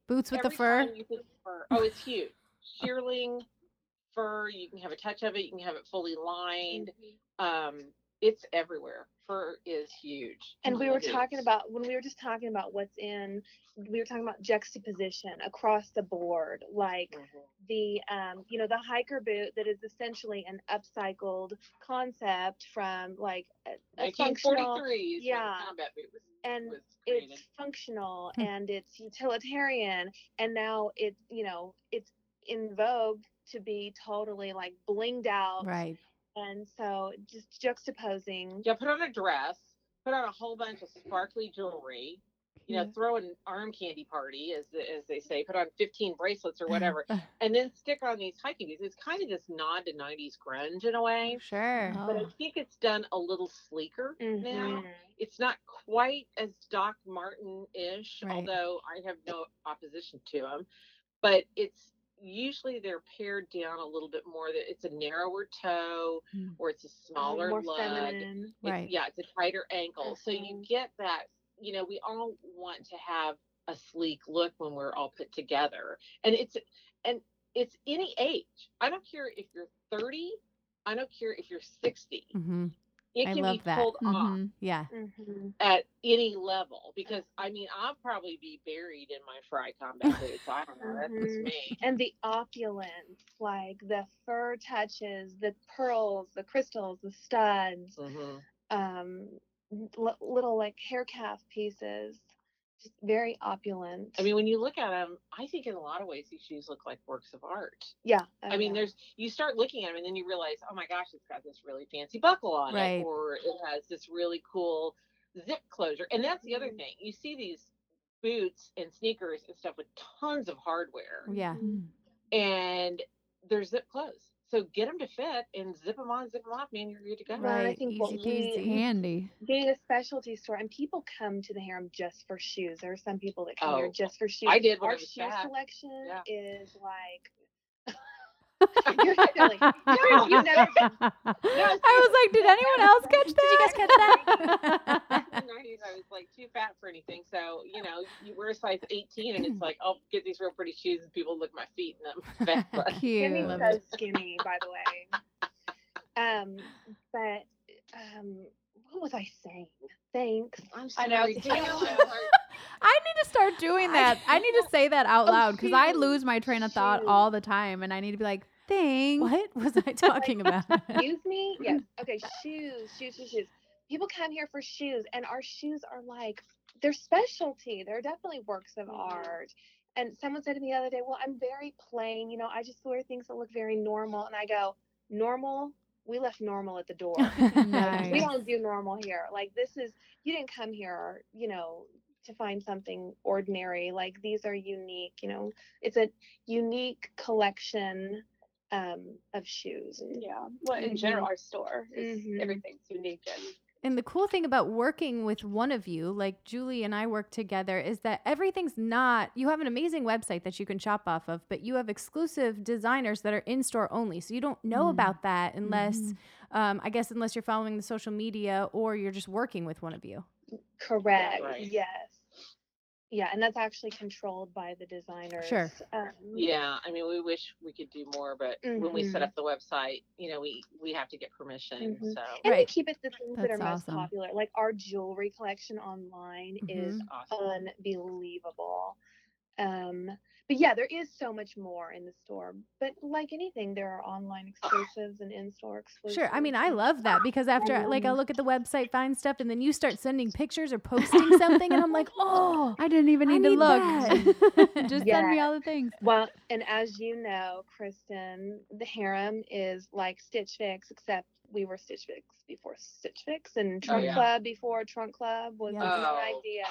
Speaker 2: Boots with the
Speaker 4: every
Speaker 2: fur.
Speaker 4: time you think fur oh it's huge shearling fur you can have a touch of it you can have it fully lined
Speaker 2: Mm-hmm.
Speaker 4: um it's everywhere fur is huge
Speaker 3: And we were
Speaker 4: Huge.
Speaker 3: talking about when we were just talking about what's in, we were talking about juxtaposition across the board, like
Speaker 4: Mhm.
Speaker 3: the um, you know, the hiker boot that is essentially an upcycled concept from like a, a functional
Speaker 4: 1943 is when
Speaker 3: yeah.
Speaker 4: the combat boot was,
Speaker 3: And
Speaker 4: was created.
Speaker 3: it's functional
Speaker 2: Hmm.
Speaker 3: and it's utilitarian and now it's you know, it's in vogue to be totally like blinged out.
Speaker 2: Right.
Speaker 3: And so just juxtaposing.
Speaker 4: yeah, put on a dress, put on a whole bunch of sparkly jewelry. You know, throw an arm candy party, as the- as they say. Put on 15 bracelets or whatever,
Speaker 3: Uh.
Speaker 4: and then stick on these hiking boots. It's kind of this nod to 90s grunge in a way,
Speaker 2: Sure.
Speaker 4: but I
Speaker 1: Oh.
Speaker 4: think it's done a little sleeker now.
Speaker 3: Mhm.
Speaker 4: It's not quite as Doc Martin-ish,
Speaker 2: Right.
Speaker 4: although I have no opposition to him. But it's usually they're pared down a little bit more. That it's a narrower toe,
Speaker 1: Mm.
Speaker 4: or it's a smaller
Speaker 3: more
Speaker 4: lug.
Speaker 3: feminine.
Speaker 4: It's-
Speaker 2: Hmm. Right.
Speaker 4: yeah, it's a tighter ankle. So you
Speaker 3: Mhm.
Speaker 4: get that, you know, we all want to have a sleek look when we're all put together. And it's and it's any age. I don't care if you're 30, I don't care if you're 60.
Speaker 2: hmm
Speaker 4: It
Speaker 2: I
Speaker 4: can
Speaker 2: love
Speaker 4: be
Speaker 2: that. Mm-hmm.
Speaker 4: pulled off
Speaker 1: Mhm.
Speaker 2: Yeah.
Speaker 3: Mhm.
Speaker 4: at any level because I mean I'll probably be buried in my fry combat boots. I don't know. That's just
Speaker 3: Mhm.
Speaker 4: me.
Speaker 3: And the opulence, like the fur touches, the pearls, the crystals, the studs,
Speaker 4: Mhm.
Speaker 3: um, l- little like hair calf pieces, just very opulent.
Speaker 4: I mean, when you look at them, I think in a lot of ways these shoes look like works of art.
Speaker 3: yeah.
Speaker 4: I mean, there's you start looking at them and then you realize, oh my gosh, it's got this really fancy buckle on
Speaker 2: Right.
Speaker 4: it, or it has this really cool zip closure. And that's the other
Speaker 3: Mhm.
Speaker 4: thing. You see these boots and sneakers and stuff with tons of hardware,
Speaker 2: Yeah.
Speaker 4: and they're zip closed. So get them to fit and zip them on, zip them off, man. You're good to go.
Speaker 3: Right. I
Speaker 2: Right,
Speaker 3: think what
Speaker 2: easy
Speaker 3: we-
Speaker 2: peasy.
Speaker 1: Handy.
Speaker 3: being a specialty store, and people come to the harem just for shoes. There are some people that come here
Speaker 4: Oh,
Speaker 3: just for shoes.
Speaker 4: I did when
Speaker 3: Our
Speaker 4: I was
Speaker 3: shoe
Speaker 4: back.
Speaker 3: selection
Speaker 4: Yeah.
Speaker 3: is like. You're silly.
Speaker 4: Oh,
Speaker 3: No, you've never been.
Speaker 2: I was like, did anyone else catch that?
Speaker 3: Did you guys catch
Speaker 4: Back in the 90s, I was like too fat for anything. So, you know, you wear a size 18 and it's like, I'll get these real pretty shoes and people look at my feet and I'm fat. But
Speaker 1: Cute.
Speaker 3: Skinny's
Speaker 2: Love
Speaker 3: so
Speaker 2: it.
Speaker 3: skinny, by the way. Um, but um, what was I saying? Thanks.
Speaker 4: I'm
Speaker 5: I know,
Speaker 4: sorry.
Speaker 5: it's
Speaker 4: Damn,
Speaker 5: terrible.
Speaker 4: I'm sorry.
Speaker 1: I need to start doing that. I need to say that out
Speaker 3: Oh,
Speaker 1: loud because I
Speaker 3: shoot.
Speaker 1: lose my train of thought all the time, and I need to be like, "Thanks."
Speaker 2: What was I talking about?
Speaker 3: Excuse me. Yes. Okay. Shoes. Shoes. Shoes. Shoes. People come here for shoes, and our shoes are like they're specialty. They're definitely works of
Speaker 4: Mhm.
Speaker 3: art. And someone said to me the other day, "Well, I'm very plain. You know, I just wear things that look very normal." And I go, "Normal? We left normal at the door. Like, We
Speaker 1: Nice.
Speaker 3: don't do normal here. Like this is you didn't come here, you know, to find something ordinary. Like these are unique. You know, it's a unique collection um, of shoes. And
Speaker 5: Yeah. Well, in general, our store is
Speaker 3: Mhm.
Speaker 5: everything's unique and
Speaker 2: And the cool thing about working with one of you, like Julie and I work together, is that everything's not, you have an amazing website that you can shop off of, but you have exclusive designers that are in store only. So you don't know
Speaker 1: Mm.
Speaker 2: about that unless,
Speaker 3: Mm. Mm-hmm.
Speaker 1: Mhm.
Speaker 2: um, I guess, unless you're following the social media or you're just working with one of you.
Speaker 3: Correct.
Speaker 4: right.
Speaker 3: Yes. Yeah, and that's actually controlled by the designers. Um,
Speaker 4: Yeah, I mean, we wish we could do more, but when we set
Speaker 3: Mhm.
Speaker 4: up the website, you know, we we have to get permission.
Speaker 3: Mhm.
Speaker 4: So
Speaker 3: And we
Speaker 2: Right.
Speaker 3: keep it the things that are
Speaker 1: That's
Speaker 3: most
Speaker 1: awesome.
Speaker 3: popular. Like our jewelry collection online is
Speaker 4: it's
Speaker 2: Mm-hmm.
Speaker 4: awesome.
Speaker 3: unbelievable. Um, but yeah, there is so much more in the store. But like anything, there are online
Speaker 4: Oh,
Speaker 3: exclusives and in-store exclusives.
Speaker 2: Sure. I mean, I
Speaker 3: and-
Speaker 2: love that because after, I- like, I
Speaker 3: Um,
Speaker 2: look at the website, find stuff, and then you start sending pictures or posting something, and I'm like, oh,
Speaker 1: I didn't even
Speaker 2: I
Speaker 1: need,
Speaker 2: need
Speaker 1: to look.
Speaker 2: that.
Speaker 1: Just send me all the things.
Speaker 3: Well, and as you know, Kristen, the harem is like Stitch Fix, except we were Stitch Fix before Stitch Fix, and Trunk
Speaker 4: yeah.
Speaker 3: Club before Trunk Club was
Speaker 2: Yeah.
Speaker 3: the
Speaker 4: Oh.
Speaker 3: idea.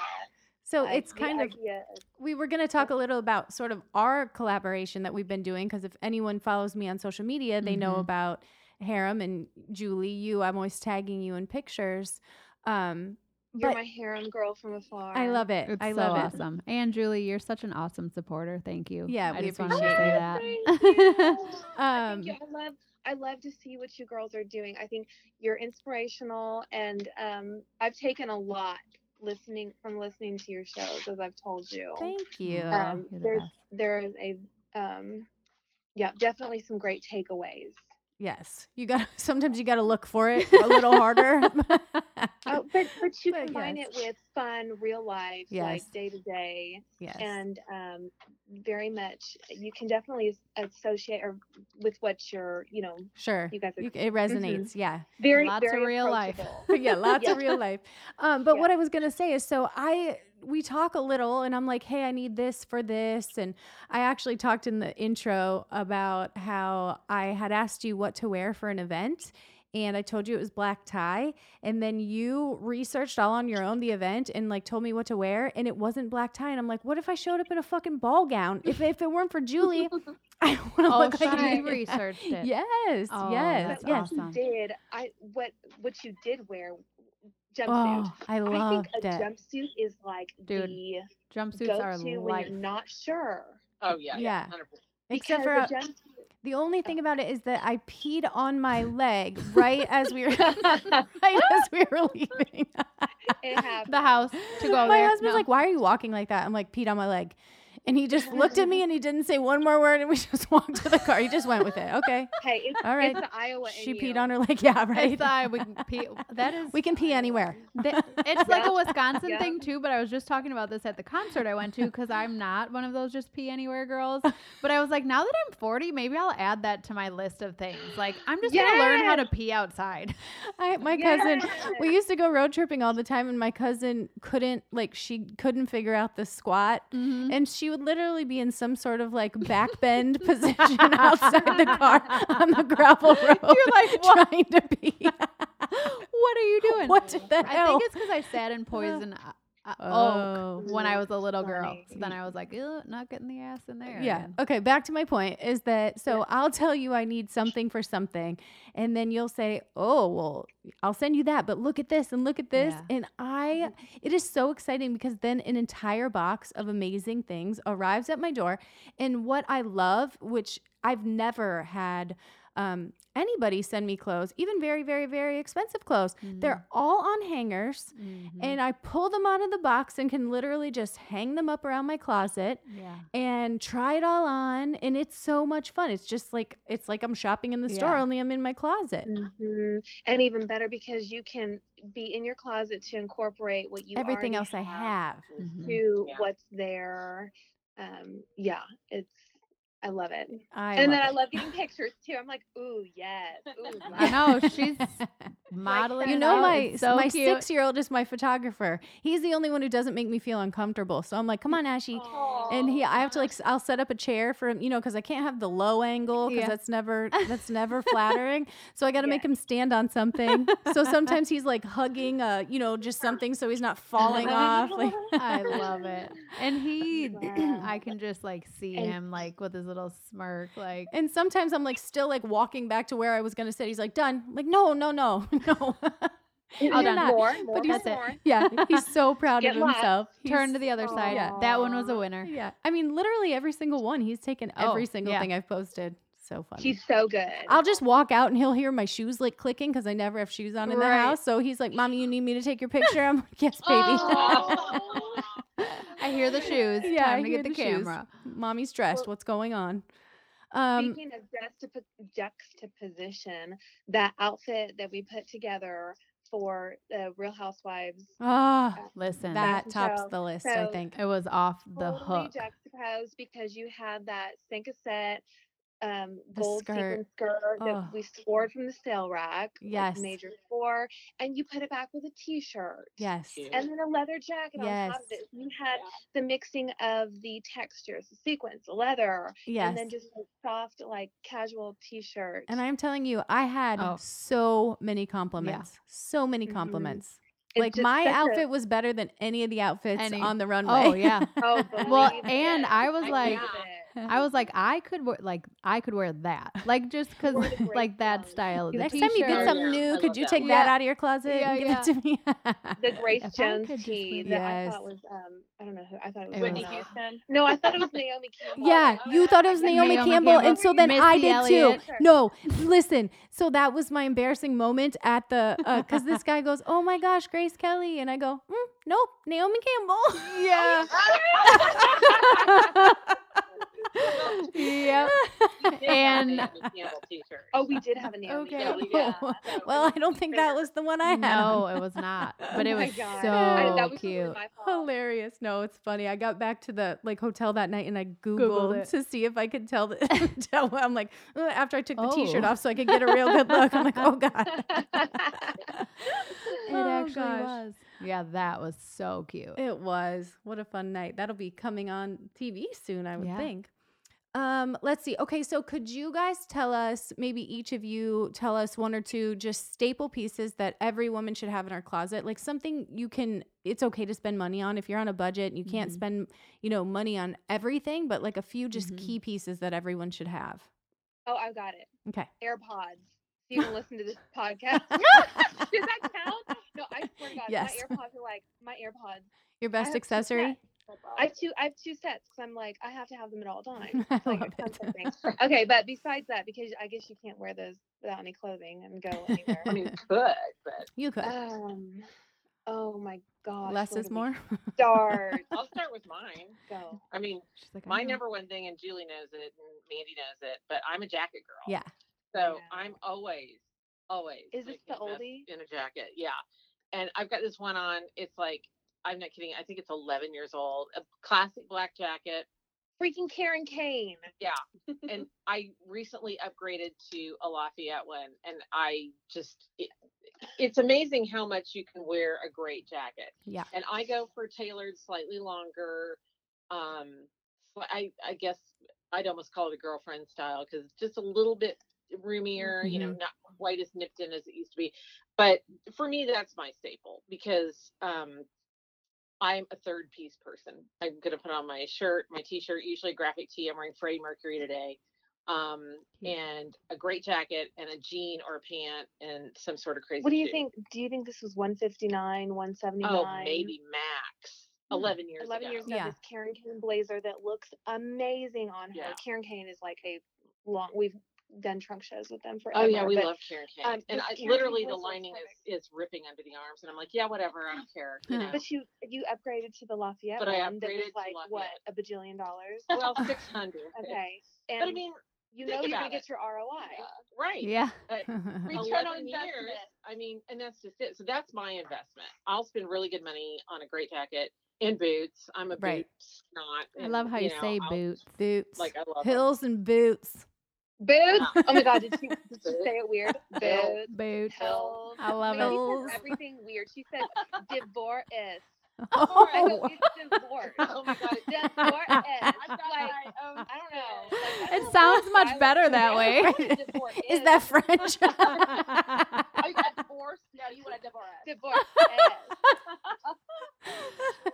Speaker 2: so
Speaker 3: Like,
Speaker 2: it's
Speaker 3: the
Speaker 2: kind of
Speaker 3: idea
Speaker 2: we were going to talk a little about sort of our collaboration that we've been doing because if anyone follows me on social media they know
Speaker 3: Mm-hmm.
Speaker 1: Mhm.
Speaker 2: about harem and julie you i'm always tagging you in pictures um
Speaker 3: You're
Speaker 2: but
Speaker 3: my harem girl from afar.
Speaker 2: i love it
Speaker 1: It's
Speaker 2: i
Speaker 1: so
Speaker 2: love it
Speaker 1: awesome. And Julie, you're such an awesome supporter. Thank you.
Speaker 2: Yeah,
Speaker 1: I
Speaker 2: we
Speaker 1: just wanted to
Speaker 2: appreciate
Speaker 1: say
Speaker 2: it.
Speaker 1: that.
Speaker 3: I
Speaker 2: um
Speaker 3: think you- I love I love to see what you girls are doing. I think you're inspirational, and um, I've taken a lot listening from listening to your shows, as I've told you.
Speaker 2: thank you
Speaker 3: Um,
Speaker 1: You're the
Speaker 3: there's
Speaker 1: best.
Speaker 3: there is a um, yeah, definitely some great takeaways.
Speaker 2: yes you got to sometimes you got to look for it a little harder
Speaker 3: Oh, but but you
Speaker 2: But
Speaker 3: combine
Speaker 2: yes.
Speaker 3: it with fun, real life,
Speaker 2: Yes.
Speaker 3: like day to day,
Speaker 2: yes
Speaker 3: and um, very much you can definitely as- associate or with what you're you know
Speaker 2: sure
Speaker 3: you guys are Mm-hmm.
Speaker 2: You- it resonates yeah
Speaker 3: very
Speaker 1: Lots of
Speaker 3: very
Speaker 1: real life.
Speaker 3: approachable.
Speaker 2: yeah, lots
Speaker 3: Yeah.
Speaker 2: of real life. Um, but
Speaker 3: Yeah.
Speaker 2: what I was gonna say is, so I we talk a little, and I'm like, hey, I need this for this, and I actually talked in the intro about how I had asked you what to wear for an event. And I told you it was black tie, and then you researched all on your own the event and like told me what to wear, and it wasn't black tie. And I'm like, what if I showed up in a fucking ball gown? If if it weren't for Julie, I want to
Speaker 1: Oh,
Speaker 2: look
Speaker 1: she
Speaker 2: like an idiot.
Speaker 1: researched it.
Speaker 2: Yes,
Speaker 1: Oh,
Speaker 2: yes,
Speaker 1: that's
Speaker 2: yes.
Speaker 1: awesome.
Speaker 3: what you did I what what you did wear jumpsuit.
Speaker 2: Oh, I
Speaker 3: I
Speaker 2: loved
Speaker 3: think a
Speaker 2: it.
Speaker 3: jumpsuit is like
Speaker 1: Dude,
Speaker 3: the
Speaker 1: Jumpsuits are
Speaker 3: go-to when
Speaker 1: life.
Speaker 3: you're not sure.
Speaker 4: Oh yeah,
Speaker 2: Yeah.
Speaker 4: yeah, 100%.
Speaker 2: Except for
Speaker 3: Because
Speaker 2: a,
Speaker 3: a jumpsuit-
Speaker 2: The only thing about it is that I peed on my leg right as we were right as we were leaving.
Speaker 3: it happens.
Speaker 1: the house to go
Speaker 2: my
Speaker 1: there.
Speaker 2: husband's
Speaker 1: No.
Speaker 2: like, "Why are you walking like that?" I'm like, "Peed on my leg." And he just looked at me and he didn't say one more word and we just walked to the car. He just went with it. Okay.
Speaker 3: Hey, it's,
Speaker 2: All right.
Speaker 3: it's the Iowa. in
Speaker 2: She
Speaker 3: you.
Speaker 2: peed on her like, yeah, right.
Speaker 1: It's, uh, we can pee- that is
Speaker 2: We can pee anywhere.
Speaker 1: Th- it's like a Wisconsin
Speaker 3: Yeah.
Speaker 1: thing too, but I was just talking about this at the concert I went to because I'm not one of those just pee anywhere girls. But I was like, now that I'm 40, maybe I'll add that to my list of things. Like, I'm just gonna learn how to pee outside.
Speaker 2: I, my cousin, we used to go road tripping all the time, and my cousin couldn't, like, she couldn't figure out the squat.
Speaker 1: Mm-hmm.
Speaker 2: And she would literally be in some sort of like back bend position outside the car on the gravel road.
Speaker 1: You're like, "What?"
Speaker 2: trying to pee.
Speaker 1: What are you doing?
Speaker 2: what the
Speaker 1: I
Speaker 2: hell?
Speaker 1: think it's because I sat in poison uh, uh,
Speaker 2: Oh.
Speaker 1: oak when I was a little girl.
Speaker 3: Funny.
Speaker 1: So then I was like, "Ew, not getting the ass in there.
Speaker 2: yeah. Okay. Back to my point is that so I'll tell you I need something for something, and then you'll say, "Oh, well, I'll send you that, but look at this and look at this."
Speaker 1: Yeah. Mm-hmm.
Speaker 2: And I, it is so exciting because then an entire box of amazing things arrives at my door, and what I love, which I've never had. Um, anybody send me clothes, even very, very, very expensive clothes.
Speaker 1: Mm-hmm.
Speaker 2: They're all on hangers, and I pull them out of the box and can literally just hang them up around my closet
Speaker 1: yeah.
Speaker 2: and try it all on and it's so much fun it's just like it's like i'm shopping in the store
Speaker 1: Yeah.
Speaker 2: only i'm in my closet
Speaker 3: Mhm. And even better because you can be in your closet to incorporate what you
Speaker 2: everything else
Speaker 3: already
Speaker 2: i have Mm-hmm.
Speaker 3: to
Speaker 4: Yeah.
Speaker 3: what's there. Um, yeah, it's I love it.
Speaker 2: I
Speaker 3: and then I
Speaker 2: love
Speaker 3: love getting pictures too. I'm like, ooh yes, ooh
Speaker 1: I
Speaker 3: yes.
Speaker 1: know she's
Speaker 2: it.
Speaker 1: modeling.
Speaker 2: you
Speaker 1: it
Speaker 2: know
Speaker 1: out.
Speaker 2: my
Speaker 1: It's so
Speaker 2: my
Speaker 1: cute.
Speaker 2: six year old is my photographer. He's the only one who doesn't make me feel uncomfortable. So I'm like, come on, Ashy. And he, I have to like, s- I'll set up a chair for him, you know, because I can't have the low angle because
Speaker 1: Yeah.
Speaker 2: that's never that's never flattering. So I got to make
Speaker 3: Yeah.
Speaker 2: him stand on something. so sometimes he's like hugging, uh, you know, just something so he's not falling off. Like,
Speaker 1: I love it. And he,
Speaker 3: Yeah.
Speaker 1: I can just like see
Speaker 3: And-
Speaker 1: him like with his little smirk, like,
Speaker 2: And sometimes I'm like still like walking back to where I was gonna sit. He's like, done. I'm like, no, no, no, no.
Speaker 1: All done.
Speaker 2: not.
Speaker 3: More, more,
Speaker 2: he's-
Speaker 3: more,
Speaker 1: that's it.
Speaker 3: more.
Speaker 2: Yeah, he's so proud
Speaker 3: Get
Speaker 2: of
Speaker 3: lost.
Speaker 2: himself.
Speaker 1: turn to
Speaker 2: He's-
Speaker 1: the other side.
Speaker 2: Yeah.
Speaker 1: That one was a winner.
Speaker 2: Yeah, I mean, literally every single one. He's taken
Speaker 1: Oh,
Speaker 2: every single
Speaker 1: yeah.
Speaker 2: thing I've posted. So funny.
Speaker 3: He's so good.
Speaker 2: I'll just walk out and he'll hear my shoes like clicking because I never have shoes on in the
Speaker 1: Right.
Speaker 2: house. So he's like, "Mommy, you need me to take your picture?" I'm like, "Yes, baby."
Speaker 4: Oh.
Speaker 1: I hear the shoes.
Speaker 2: Yeah, I
Speaker 1: Time to
Speaker 2: hear
Speaker 1: get
Speaker 2: the
Speaker 1: the,
Speaker 2: shoes.
Speaker 1: camera.
Speaker 2: Mommy's dressed.
Speaker 3: Well-
Speaker 2: What's going on? Um,
Speaker 3: Speaking of juxtap- juxtaposition, that outfit that we put together for the Real Housewives,
Speaker 2: ah,
Speaker 1: Listen,
Speaker 2: that
Speaker 3: Fashion
Speaker 2: tops
Speaker 3: show.
Speaker 2: the list. I
Speaker 3: So-
Speaker 2: think.
Speaker 1: it was off the
Speaker 3: totally
Speaker 1: hook.
Speaker 3: juxtaposed because you had that Cinca set um,
Speaker 2: The
Speaker 3: gold
Speaker 2: skirt.
Speaker 3: sequin skirt that
Speaker 2: Oh.
Speaker 3: we scored from the sale rack, like
Speaker 2: Yes.
Speaker 3: major four, and you put it back with a T-shirt.
Speaker 2: Yes.
Speaker 4: Cute.
Speaker 3: And then a leather jacket on top of
Speaker 2: Yes.
Speaker 3: it. You had the mixing of the textures, the sequins, the leather,
Speaker 2: Yes.
Speaker 3: and then just a soft, like casual T-shirt.
Speaker 2: And I'm telling you, I had
Speaker 1: Oh. Mm-hmm.
Speaker 2: so many compliments. So many
Speaker 3: Mhm.
Speaker 2: compliments.
Speaker 3: It's
Speaker 2: Like
Speaker 3: just
Speaker 2: my
Speaker 3: such a-
Speaker 2: outfit was better than any of the outfits
Speaker 1: Any-
Speaker 2: on the runway.
Speaker 1: Oh yeah.
Speaker 3: Oh,
Speaker 1: Well,
Speaker 3: believe
Speaker 1: and
Speaker 3: it.
Speaker 1: I was like-
Speaker 3: believe it.
Speaker 1: I was like, I could wear like I could wear that, like just because
Speaker 3: Wear the great
Speaker 1: like that
Speaker 3: clothes.
Speaker 1: style. of the
Speaker 2: Next time you
Speaker 1: t-shirt.
Speaker 2: get something
Speaker 4: Yeah,
Speaker 2: new,
Speaker 4: I
Speaker 2: could
Speaker 4: love
Speaker 2: you
Speaker 4: that.
Speaker 2: take that
Speaker 1: Yeah.
Speaker 2: out of your closet
Speaker 1: Yeah,
Speaker 2: and give it to me?
Speaker 3: the Grace
Speaker 1: If I
Speaker 3: Jones
Speaker 1: could just
Speaker 3: tee
Speaker 1: leave
Speaker 3: that I
Speaker 2: Yes.
Speaker 3: thought was um I don't know who I thought it was
Speaker 1: It
Speaker 4: Whitney
Speaker 1: was-
Speaker 3: Houston.
Speaker 4: Houston.
Speaker 3: No, I thought it was Naomi Campbell.
Speaker 2: Yeah,
Speaker 4: Oh,
Speaker 2: you
Speaker 4: yeah.
Speaker 2: thought it was
Speaker 4: And
Speaker 2: Naomi,
Speaker 1: Naomi
Speaker 2: Campbell,
Speaker 1: Campbell.
Speaker 2: and so then I
Speaker 1: Missy
Speaker 2: did
Speaker 1: Elliott.
Speaker 2: too. No, listen. So that was my embarrassing moment at the because this guy goes, "Oh my gosh, Grace Kelly," and I go, mm, "Nope, Naomi Campbell."
Speaker 1: yeah. yep. And-
Speaker 3: Oh, we did have a Naomi.
Speaker 2: Okay.
Speaker 3: Campbell,
Speaker 4: Yeah.
Speaker 2: Oh, Well, I don't think that was the one I had.
Speaker 1: No, it was not. But it
Speaker 3: Oh my
Speaker 1: was
Speaker 3: God.
Speaker 1: so
Speaker 3: I- that was totally
Speaker 1: cute.
Speaker 3: my fault.
Speaker 2: hilarious. No, it's funny. I got back to the like hotel that night and I
Speaker 1: Googled
Speaker 2: googled,
Speaker 1: it.
Speaker 2: to see if I could tell the tell I'm like "Ugh," after I took the t-shirt
Speaker 1: Oh.
Speaker 2: off so I could get a real good look. I'm like, "Oh god."
Speaker 1: It
Speaker 2: Oh,
Speaker 1: actually
Speaker 2: gosh.
Speaker 1: was. Yeah, that was so cute.
Speaker 2: It was. What a fun night. That'll be coming on TV soon, I would
Speaker 1: Yeah.
Speaker 2: think. Um, let's see. Okay, so could you guys tell us, maybe each of you tell us one or two just staple pieces that every woman should have in her closet? Like something you can it's okay to spend money on if you're on a budget and you can't
Speaker 1: Mhm.
Speaker 2: spend, you know, money on everything, but like a few just
Speaker 1: Mhm.
Speaker 2: key pieces that everyone should have.
Speaker 3: oh, I got it.
Speaker 2: Okay.
Speaker 3: AirPods. Do you even listen to this podcast? Does that count? No, I swear to God,
Speaker 2: Yes.
Speaker 3: my AirPods are like my AirPods.
Speaker 2: Your
Speaker 3: have
Speaker 2: best
Speaker 3: two
Speaker 2: accessory?
Speaker 3: sets. I have two. I have two sets because I'm like I have to have them at all times.
Speaker 2: I
Speaker 3: It's like
Speaker 2: love
Speaker 3: a
Speaker 2: it.
Speaker 3: constant thing. Okay, but besides that, because I guess you can't wear those without any clothing and go anywhere.
Speaker 4: I mean, good, but
Speaker 2: You could.
Speaker 3: um, Oh my gosh.
Speaker 2: Less
Speaker 3: where
Speaker 2: is
Speaker 3: do we
Speaker 2: more.
Speaker 3: Start.
Speaker 4: I'll start with mine.
Speaker 3: Go.
Speaker 4: I mean,
Speaker 2: She's like, I
Speaker 4: my
Speaker 1: Mm-hmm.
Speaker 2: know.
Speaker 4: number one thing, and Julie knows it, and Mandy knows it, but I'm a jacket girl.
Speaker 2: Yeah.
Speaker 4: So
Speaker 3: Yeah.
Speaker 4: I'm always, always.
Speaker 3: Is this
Speaker 4: waking
Speaker 3: the
Speaker 4: up
Speaker 3: oldie?
Speaker 4: In a jacket, yeah. And I've got this one on. It's like I'm not kidding. I think it's 11 years old. A classic black jacket.
Speaker 3: Freaking Karen Kane.
Speaker 4: Yeah. and I recently upgraded to a Lafayette one, and I just it, it's amazing how much you can wear a great jacket.
Speaker 2: Yeah.
Speaker 4: And I go for tailored, slightly longer. Um, sli- I I guess I'd almost call it a girlfriend style because it's just a little bit roomier. You
Speaker 3: Mm-hmm.
Speaker 4: know, not quite as nipped in as it used to be. But for me, that's my staple because um, I'm a third piece person. I'm gonna put on my shirt, my t-shirt, usually a graphic tee. I'm wearing Freddie Mercury today, um,
Speaker 1: Cute.
Speaker 4: and a great jacket and a jean or a pant and some sort of crazy.
Speaker 3: What do you
Speaker 4: suit.
Speaker 3: think? Do you think this was 159, 179?
Speaker 4: Oh, maybe max. Eleven years.
Speaker 3: 11
Speaker 4: ago.
Speaker 3: Hmm, years ago,
Speaker 2: Yeah.
Speaker 3: this Karen Kane blazer that looks amazing on her.
Speaker 4: Yeah.
Speaker 3: Karen Kane is like a long, we've done trunk shows with them forever.
Speaker 4: Oh yeah, we
Speaker 3: but
Speaker 4: love Karen Kane.
Speaker 3: um,
Speaker 4: and
Speaker 3: this
Speaker 4: I,
Speaker 3: Karen Kane
Speaker 4: literally, the
Speaker 3: bracelet's
Speaker 4: lining
Speaker 3: perfect.
Speaker 4: is is ripping under the arms, and I'm like, yeah, whatever, I don't care. You know?
Speaker 3: But you you upgraded to the Lafayette
Speaker 4: But I
Speaker 3: one that
Speaker 4: upgraded
Speaker 3: was like
Speaker 4: to
Speaker 3: what
Speaker 4: Lafayette.
Speaker 3: a bajillion dollars.
Speaker 4: well, six hundred.
Speaker 3: okay, and
Speaker 4: But I mean,
Speaker 3: you
Speaker 4: think
Speaker 3: know you're gonna
Speaker 4: about
Speaker 3: get your ROI.
Speaker 4: uh, right.
Speaker 1: Yeah.
Speaker 5: Return on
Speaker 4: 11 years,
Speaker 5: investment.
Speaker 4: I mean, and that's just it. So that's my investment. I'll spend really good money on a great jacket and boots. I'm a
Speaker 2: Right.
Speaker 4: boot snot.
Speaker 1: I
Speaker 4: and,
Speaker 1: love how you,
Speaker 4: know,
Speaker 1: say
Speaker 4: I'll-
Speaker 1: boots.
Speaker 2: boots.
Speaker 4: Like I love 'em.
Speaker 2: Hills and boots.
Speaker 3: Boots.
Speaker 4: Yeah.
Speaker 3: Oh my god, did you, did you
Speaker 4: Boots.
Speaker 3: say it weird?
Speaker 4: Boots.
Speaker 3: Boots.
Speaker 1: Boots.
Speaker 3: Pills.
Speaker 1: I love
Speaker 3: Mandy says
Speaker 2: Pills.
Speaker 3: Everything weird. She said divorce.
Speaker 2: Oh,
Speaker 3: I go, it's divorce.
Speaker 4: Oh my god.
Speaker 3: Divorce.
Speaker 5: I've got
Speaker 3: Like,
Speaker 5: my own.
Speaker 3: I don't know. Like, I
Speaker 1: It
Speaker 3: don't
Speaker 1: sounds much
Speaker 3: I
Speaker 1: better
Speaker 3: like
Speaker 1: that way.
Speaker 3: divorce
Speaker 2: Is that French?
Speaker 5: Oh, you got divorced? No, you want a divorce.
Speaker 3: divorce?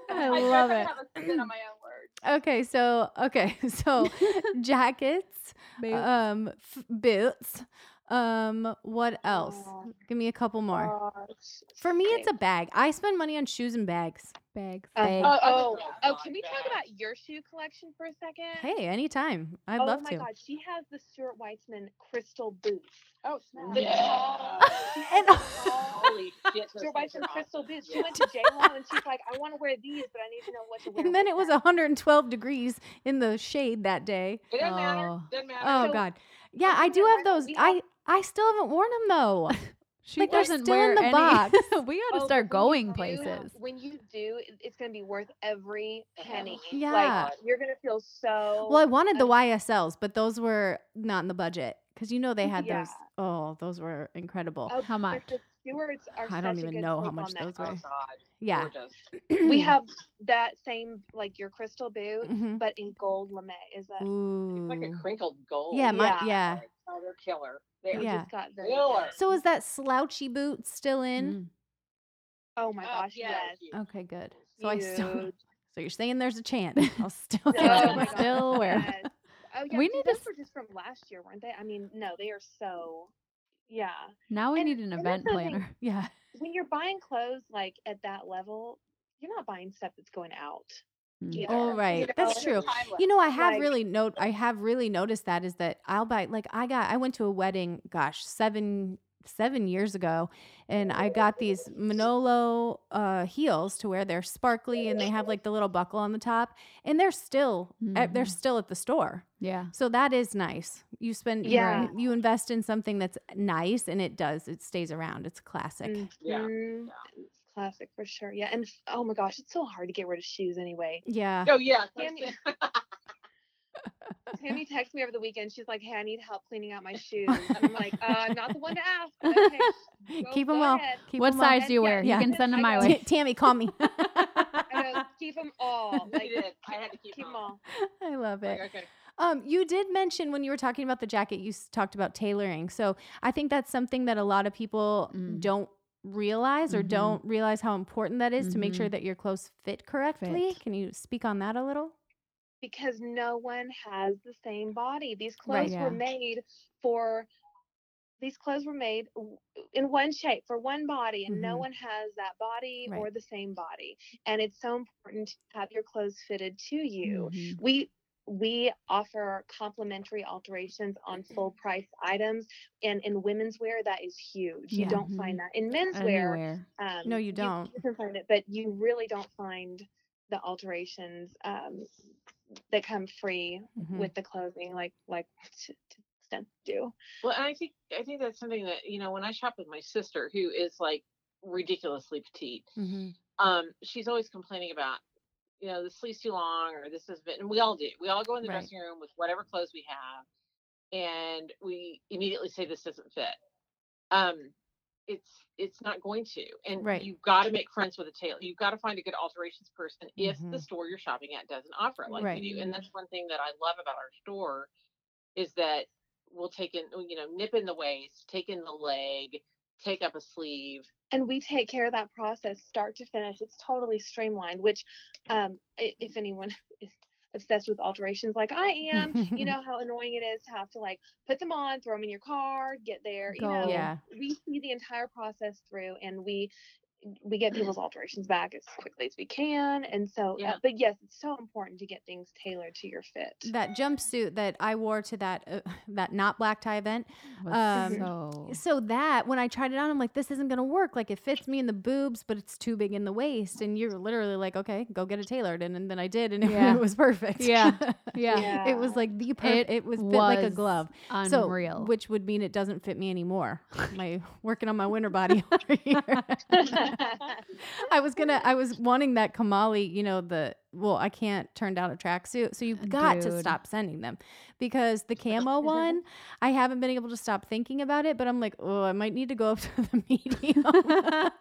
Speaker 2: I
Speaker 5: I'd
Speaker 2: love
Speaker 5: rather
Speaker 2: it.
Speaker 5: have a spin on my own words.
Speaker 2: Okay, so okay, so jackets,
Speaker 1: Boots.
Speaker 2: um, f- boots. Um, what else?
Speaker 3: Oh.
Speaker 2: Give me a couple more.
Speaker 3: Gosh.
Speaker 2: For me, it's a bag. I spend money on shoes and bags.
Speaker 1: Bags.
Speaker 3: Uh,
Speaker 1: Bags.
Speaker 3: oh,
Speaker 4: Oh,
Speaker 3: oh, oh,
Speaker 4: my
Speaker 3: can we talk
Speaker 4: gosh.
Speaker 3: about your shoe collection for a second?
Speaker 2: Hey, anytime. I'd
Speaker 3: oh
Speaker 2: love
Speaker 3: my
Speaker 2: to.
Speaker 3: god, she has the Stuart Weitzman crystal boots.
Speaker 5: Oh, snap.
Speaker 3: The
Speaker 4: Yeah.
Speaker 3: tall- she has
Speaker 2: And-
Speaker 3: the tall
Speaker 4: Holy shit. those
Speaker 3: Stuart
Speaker 4: things are
Speaker 3: Weitzman crystal
Speaker 4: awesome.
Speaker 3: boots. She
Speaker 4: Yeah.
Speaker 3: went to J Lo and she's like, I want to wear these, but I need to know what to wear.
Speaker 2: And then
Speaker 3: with
Speaker 2: it was
Speaker 3: them."
Speaker 2: 112 degrees in the shade that day.
Speaker 4: It doesn't matter.
Speaker 1: Oh.
Speaker 4: Doesn't matter.
Speaker 2: Oh
Speaker 3: So,
Speaker 2: god. Yeah,
Speaker 3: this
Speaker 2: I
Speaker 3: is
Speaker 2: do
Speaker 3: a
Speaker 2: have
Speaker 3: record
Speaker 2: those.
Speaker 3: we have.
Speaker 2: I I still haven't worn them though.
Speaker 1: She
Speaker 2: Like, they're
Speaker 1: doesn't
Speaker 2: still
Speaker 1: wear
Speaker 2: in the
Speaker 1: any-
Speaker 2: box.
Speaker 1: we got
Speaker 3: Oh,
Speaker 1: to
Speaker 3: but
Speaker 1: start
Speaker 3: when
Speaker 1: going
Speaker 3: you do-
Speaker 1: places.
Speaker 3: When you do, it- it's going to be worth every penny.
Speaker 2: Yeah.
Speaker 3: Like, you're going to feel so.
Speaker 2: Well, I wanted the
Speaker 3: Um,
Speaker 2: YSLs, but those were not in the budget because you know they had
Speaker 3: Yeah.
Speaker 2: those. Oh, those were incredible.
Speaker 3: Oh,
Speaker 1: How
Speaker 3: but
Speaker 1: much?
Speaker 3: The stewards are
Speaker 2: I don't
Speaker 3: such a
Speaker 2: even
Speaker 3: good
Speaker 2: know how
Speaker 3: take
Speaker 2: much
Speaker 3: on that.
Speaker 2: those
Speaker 4: Oh
Speaker 2: were.
Speaker 4: god.
Speaker 2: yeah.
Speaker 4: Gorgeous.
Speaker 3: We have that same, like your crystal boot,
Speaker 2: Mhm.
Speaker 3: but in gold lame. Is that?
Speaker 4: It's like a
Speaker 2: Ooh.
Speaker 4: crinkled gold.
Speaker 2: Mm. Yeah, my, yeah.
Speaker 3: Yeah.
Speaker 4: Oh, they're killer. They are
Speaker 3: We
Speaker 2: Yeah.
Speaker 3: just got the.
Speaker 4: Killer.
Speaker 2: So is that slouchy boot still in?
Speaker 1: Mm.
Speaker 3: Oh my
Speaker 4: Oh,
Speaker 3: gosh!
Speaker 4: yeah,
Speaker 3: yes.
Speaker 4: huge.
Speaker 2: Okay, good. So I still.
Speaker 3: Huge.
Speaker 2: So you're saying there's a chance. I'll still.
Speaker 3: Oh
Speaker 2: get them.
Speaker 3: my God,
Speaker 1: Still wear.
Speaker 3: yes. Oh yeah.
Speaker 1: We
Speaker 3: We
Speaker 1: need
Speaker 3: need
Speaker 1: to
Speaker 3: those
Speaker 1: s-
Speaker 3: were just from last year, weren't they? I mean, no, they are so. Yeah.
Speaker 1: Now we
Speaker 3: And-
Speaker 1: need an
Speaker 3: and
Speaker 1: event
Speaker 3: that's the thing.
Speaker 1: planner.
Speaker 2: yeah.
Speaker 3: When you're buying clothes like at that level, you're not buying stuff that's going out.
Speaker 1: Mm.
Speaker 3: either,
Speaker 2: Oh,
Speaker 3: you
Speaker 2: right.
Speaker 3: know?
Speaker 2: That's
Speaker 5: It's
Speaker 2: true.
Speaker 5: timeless.
Speaker 2: You know, I have
Speaker 3: Like-
Speaker 2: really note I have really noticed that is that I'll buy like I got I went to a wedding, gosh, seven seven years ago, and I got these Manolo uh heels to wear. They're sparkly and they have like the little buckle on the top. And they're still at,
Speaker 3: Mm.
Speaker 2: they're
Speaker 1: Mhm.
Speaker 2: still at the store.
Speaker 1: Yeah.
Speaker 2: So that is nice. You spend you're
Speaker 3: Yeah.
Speaker 2: right, you invest in something that's nice and it does, it stays around. It's classic.
Speaker 4: Yeah,
Speaker 3: Mhm. It's Classic for sure. Yeah. And f- oh my gosh, it's so hard to get rid of shoes anyway.
Speaker 2: Yeah.
Speaker 4: Oh yeah.
Speaker 3: Tammy- Tammy texted me over the weekend. She's like, Hey, I need help cleaning out my shoes. And I'm like, uh, I'm not the one to ask. but Okay, go-
Speaker 2: Keep them
Speaker 3: go
Speaker 2: well.
Speaker 3: ahead."
Speaker 2: Keep
Speaker 1: what
Speaker 2: 'em well.
Speaker 1: size do you
Speaker 3: Yeah,
Speaker 1: wear?
Speaker 2: yeah.
Speaker 1: You can send them
Speaker 3: I
Speaker 1: my
Speaker 3: know.
Speaker 2: T-
Speaker 1: way.
Speaker 2: Tammy, call me.
Speaker 3: I go, uh, keep them all.
Speaker 4: I
Speaker 3: Like,
Speaker 4: did. I had to keep,
Speaker 3: keep
Speaker 4: them
Speaker 3: them all.
Speaker 2: I love it.
Speaker 4: Like, okay.
Speaker 2: Um, you did mention when you were talking about the jacket, you s- talked about tailoring. So I think that's something that a lot of people
Speaker 1: Mm.
Speaker 2: don't realize or
Speaker 1: Mhm.
Speaker 2: don't realize how important that is to make sure
Speaker 1: Mhm.
Speaker 2: that your clothes fit correctly. Can you speak on that a little?
Speaker 3: because no one has the same body. These
Speaker 2: Right.
Speaker 3: clothes were
Speaker 1: Yeah.
Speaker 3: made for these clothes were made w- in one shape for one body and no
Speaker 2: Mhm.
Speaker 3: one has that body
Speaker 2: Right.
Speaker 3: or
Speaker 2: Mm-hmm.
Speaker 3: the same body. And it's so important to have your clothes fitted to you.
Speaker 1: Mhm.
Speaker 3: We we offer complimentary alterations on full price items. And in women's wear, that is huge. You
Speaker 2: Yeah. Mm-hmm.
Speaker 3: don't find that. In men's wear,
Speaker 1: Mm-hmm. Anywhere.
Speaker 3: um,
Speaker 2: No, you don't.
Speaker 3: You, can find it, but you really don't find the alterations um, that come free
Speaker 2: Mhm.
Speaker 3: with the clothing, like like t- t- stunts do.
Speaker 4: Well, and I think I think that's something that you know when I shop with my sister, who is like ridiculously petite,
Speaker 1: Mm-hmm.
Speaker 2: Mhm.
Speaker 4: um, she's always complaining about you know the sleeve's too long or this isn't. fit. And we all do. We all go in the
Speaker 2: Right.
Speaker 4: dressing room with whatever clothes we have, and we immediately say this doesn't fit. Um, it's it's not going to. And
Speaker 2: Right.
Speaker 4: you've got to make friends with a tailor. You've got to find a good alterations person if the
Speaker 2: Mhm.
Speaker 4: store you're shopping at doesn't offer it like
Speaker 2: Right.
Speaker 4: we do. And that's one thing that I love about our store is that we'll take in you know nip in the waist, take in the leg, take up a sleeve.
Speaker 3: And we take care of that process, start to finish. It's totally streamlined. Which, um, i- if anyone is obsessed with alterations like I am, you know how annoying it is to have to like put them on, throw them in your car, get there. You know,
Speaker 1: Go.
Speaker 2: yeah.
Speaker 3: we see the entire process through, and we we get people's alterations back as quickly as we can. And so, uh,
Speaker 4: Yeah.
Speaker 3: but yes, it's so important to get things tailored to your fit.
Speaker 2: That jumpsuit that I wore to that uh, that not black tie event.
Speaker 1: Was
Speaker 2: Um,
Speaker 1: so-
Speaker 2: So that when I tried it on, I'm like, this isn't gonna work. Like it fits me in the boobs, but it's too big in the waist. And you're literally like, okay, go get it tailored. And, and then I did, and it,
Speaker 1: Yeah.
Speaker 2: was perfect.
Speaker 1: Yeah. yeah.
Speaker 2: it was like the perfect. It, was fit like a glove. So,
Speaker 1: Unreal.
Speaker 2: which would mean it doesn't fit me anymore. My working on my winter body over here. I was gonna. I was wanting that Kamali. You know the. Well, I can't turn down a tracksuit, so you've got to
Speaker 1: Dude.
Speaker 2: stop sending them because the camo one, I haven't been able to stop thinking about it. But I'm like, oh, I might need to go up to the medium.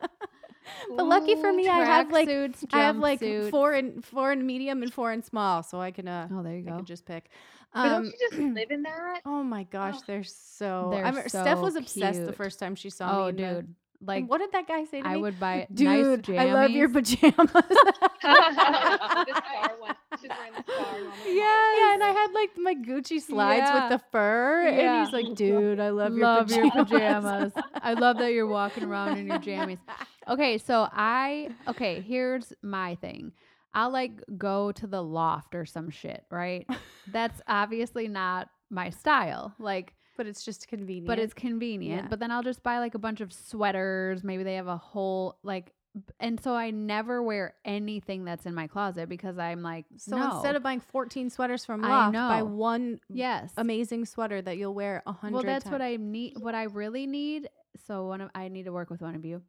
Speaker 2: but lucky for
Speaker 1: Ooh,
Speaker 2: me, I have like
Speaker 1: tracksuits,
Speaker 2: I have like
Speaker 1: jumpsuits.
Speaker 2: four in four in medium and four in small, so I can uh
Speaker 1: Oh, there you
Speaker 2: I
Speaker 1: go.
Speaker 2: can just pick. Um,
Speaker 3: But
Speaker 5: Um,
Speaker 3: don't you just live in that?
Speaker 2: Oh my gosh,
Speaker 3: Oh,
Speaker 2: they're so.
Speaker 1: they're
Speaker 2: I remember Steph was
Speaker 1: so
Speaker 2: obsessed the
Speaker 1: cute.
Speaker 2: first time she saw me.
Speaker 1: Oh,
Speaker 2: in the-
Speaker 1: dude. Like,
Speaker 2: what did that guy say to
Speaker 1: I
Speaker 2: me?
Speaker 1: would buy
Speaker 2: dude,
Speaker 1: nice jammies.
Speaker 2: I love your pajamas.
Speaker 3: the star one. She's wearing the star one.
Speaker 2: yeah, and I had like my Gucci slides
Speaker 1: Yeah.
Speaker 2: with the fur,
Speaker 1: Yeah.
Speaker 2: and he's like, "Dude, I love,
Speaker 1: Love
Speaker 2: your
Speaker 1: your
Speaker 2: pajamas."
Speaker 1: pajamas. I love that you're walking around in your jammies. Okay, so I okay, here's my thing. I'll like go to the loft or some shit, right? That's obviously not my style. Like
Speaker 2: but it's just convenient.
Speaker 1: but it's convenient.
Speaker 2: Yeah.
Speaker 1: But then I'll just buy like a bunch of sweaters. Maybe they have a whole like b- and so I never wear anything that's in my closet because I'm like
Speaker 2: so
Speaker 1: no.
Speaker 2: instead of buying 14 sweaters from
Speaker 1: I
Speaker 2: Loft, buy
Speaker 1: know.
Speaker 2: one
Speaker 1: yes.
Speaker 2: amazing sweater that you'll wear a hundred.
Speaker 1: Well, that's
Speaker 2: times.
Speaker 1: what I need. What I really need. So one of I need to work with one of you.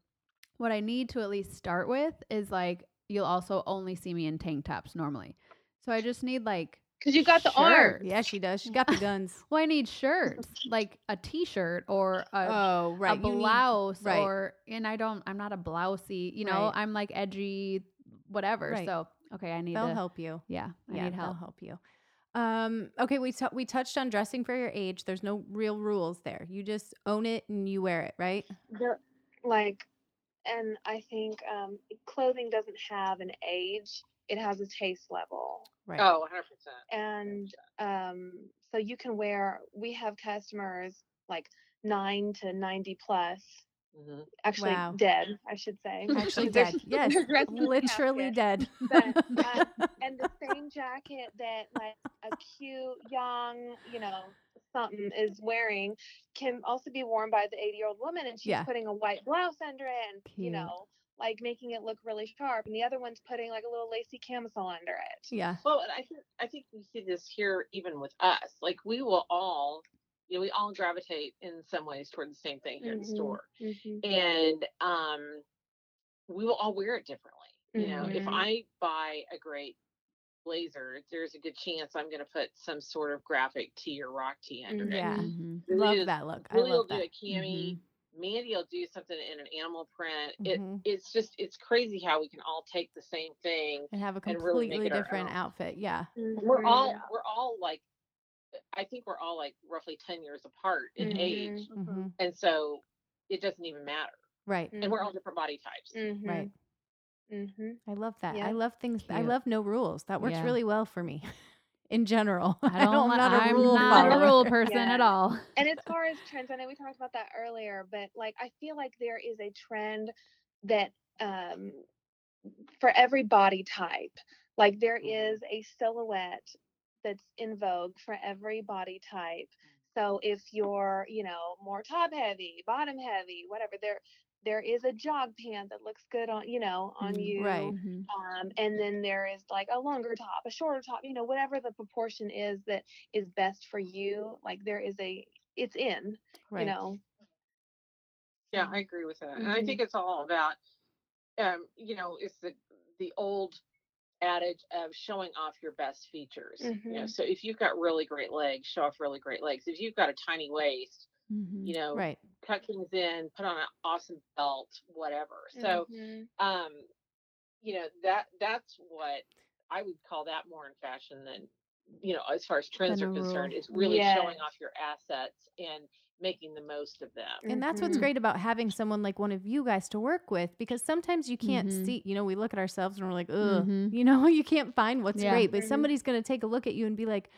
Speaker 1: What I need to at least start with is like you'll also only see me in tank tops normally. So I just need like
Speaker 5: Because you've got the arm.
Speaker 1: shirts.
Speaker 2: Yeah, she does. She's got the guns.
Speaker 1: Well, I need shirts like a t-shirt or a,
Speaker 2: oh,
Speaker 1: a
Speaker 2: right. you need-
Speaker 1: blouse
Speaker 2: right.
Speaker 1: or and I don't. I'm not a blousey. You know,
Speaker 2: Right.
Speaker 1: I'm like edgy, whatever.
Speaker 2: Right.
Speaker 1: So okay, I need
Speaker 2: they'll
Speaker 1: to-
Speaker 2: help you.
Speaker 1: Yeah, I
Speaker 2: yeah,
Speaker 1: need help.
Speaker 2: They'll help you. Um, okay, we t- we touched on dressing for your age. There's no real rules there. You just own it and you wear it, right?
Speaker 3: They're, like, and I think um, clothing doesn't have an age; it has a taste level.
Speaker 2: Right.
Speaker 4: Oh, 100 percent.
Speaker 3: And um, so you can wear. We have customers like nine to ninety plus.
Speaker 2: Mm-hmm.
Speaker 3: Actually,
Speaker 2: Wow.
Speaker 3: dead. I should say.
Speaker 2: Actually
Speaker 3: They're-
Speaker 2: dead. Yes.
Speaker 3: they're dressed in a
Speaker 2: Literally
Speaker 3: casket.
Speaker 2: dead.
Speaker 3: But, um, and the same jacket that like a cute young, you know, something
Speaker 2: Mm.
Speaker 3: is wearing can also be worn by the 80 year old woman, and she's
Speaker 2: Yeah.
Speaker 3: putting a white blouse under it, and you
Speaker 1: Cute.
Speaker 3: know, like making it look really sharp, and the other one's putting like a little lacy camisole under it.
Speaker 2: yeah.
Speaker 4: Well, and I think I think we see this here even with us. Like we will all, you know, we all gravitate in some ways toward the same thing here in the
Speaker 2: Mm-hmm.
Speaker 3: Mhm.
Speaker 4: store, and um, we will all wear it differently. You know,
Speaker 2: Mm-hmm.
Speaker 4: if
Speaker 3: Mhm.
Speaker 4: I buy a great blazer, there's a good chance I'm going to put some sort of graphic tee or rock tee under it.
Speaker 2: Yeah.
Speaker 1: Mhm.
Speaker 4: Lily
Speaker 2: Mm-hmm. Love
Speaker 4: does-
Speaker 2: that look. I
Speaker 4: Lily will
Speaker 2: love
Speaker 4: do
Speaker 2: that. Mm-hmm.
Speaker 4: a cami. Mandy will do something in an animal print.
Speaker 2: Mhm.
Speaker 4: It it's just it's crazy how we can all take the same thing
Speaker 2: And have a
Speaker 4: and really make
Speaker 2: completely
Speaker 4: it our
Speaker 2: different
Speaker 4: own.
Speaker 2: outfit. Yeah.
Speaker 4: we're all we're all like uh, i think we're all like roughly 10 years apart in
Speaker 3: Mhm.
Speaker 4: age
Speaker 2: hmm
Speaker 4: and so it doesn't even matter
Speaker 2: Right.
Speaker 4: and we're all different body types
Speaker 2: Right.
Speaker 3: Mm-hmm.
Speaker 2: I love that.
Speaker 3: Yeah.
Speaker 2: I love things. I
Speaker 1: Cute.
Speaker 2: love no rules. That works
Speaker 1: Yeah.
Speaker 2: really well for me in general.
Speaker 1: I
Speaker 2: I'm
Speaker 1: don't. li-
Speaker 2: not a
Speaker 1: I'm
Speaker 2: rule
Speaker 1: not a
Speaker 2: follower.
Speaker 1: rule person
Speaker 3: Yeah.
Speaker 1: at all.
Speaker 3: And as far as trends, I know we talked about that earlier, but like I feel like there is a trend that um for every body type, like there is a silhouette that's in vogue for every body type. So if you're, you know, more top heavy, bottom heavy, whatever, there there is a jog pant that looks good on, you know, on
Speaker 2: Mm,
Speaker 3: you.
Speaker 2: right.
Speaker 1: Mhm.
Speaker 3: Um,
Speaker 2: Mm-hmm.
Speaker 3: and then there is like a longer top, a shorter top, you know, whatever the proportion is that is best for you. Like there is a, it's in,
Speaker 2: Right.
Speaker 3: you know.
Speaker 4: Yeah, I agree with that. And I
Speaker 3: Mhm.
Speaker 4: think it's all about, um, you know, it's the the old adage of showing off your best features. You know,
Speaker 3: Mhm.
Speaker 4: so if you've got really great legs, show off really great legs. If you've got a tiny waist,
Speaker 2: Mm-hmm.
Speaker 1: Mhm.
Speaker 4: you know,
Speaker 2: Right.
Speaker 4: tuck things in, put on an awesome belt, whatever. So,
Speaker 3: Mhm.
Speaker 4: um, you know, that that's what I would call that more in fashion than, you know, as far as trends
Speaker 1: Than
Speaker 4: are
Speaker 1: a rule.
Speaker 4: concerned, is really showing
Speaker 3: Yes.
Speaker 4: off your assets and making the most of them.
Speaker 2: And that's
Speaker 3: Mm-hmm.
Speaker 2: what's
Speaker 1: Mhm.
Speaker 2: great about having someone like one of you guys to work with because sometimes you can't
Speaker 1: Mhm.
Speaker 2: see, you know, we look at ourselves and we're like, ugh,
Speaker 1: Mhm.
Speaker 2: you know, you can't find what's
Speaker 1: Yeah.
Speaker 2: great. But
Speaker 3: Mhm.
Speaker 2: somebody's going to take a look at you and be like,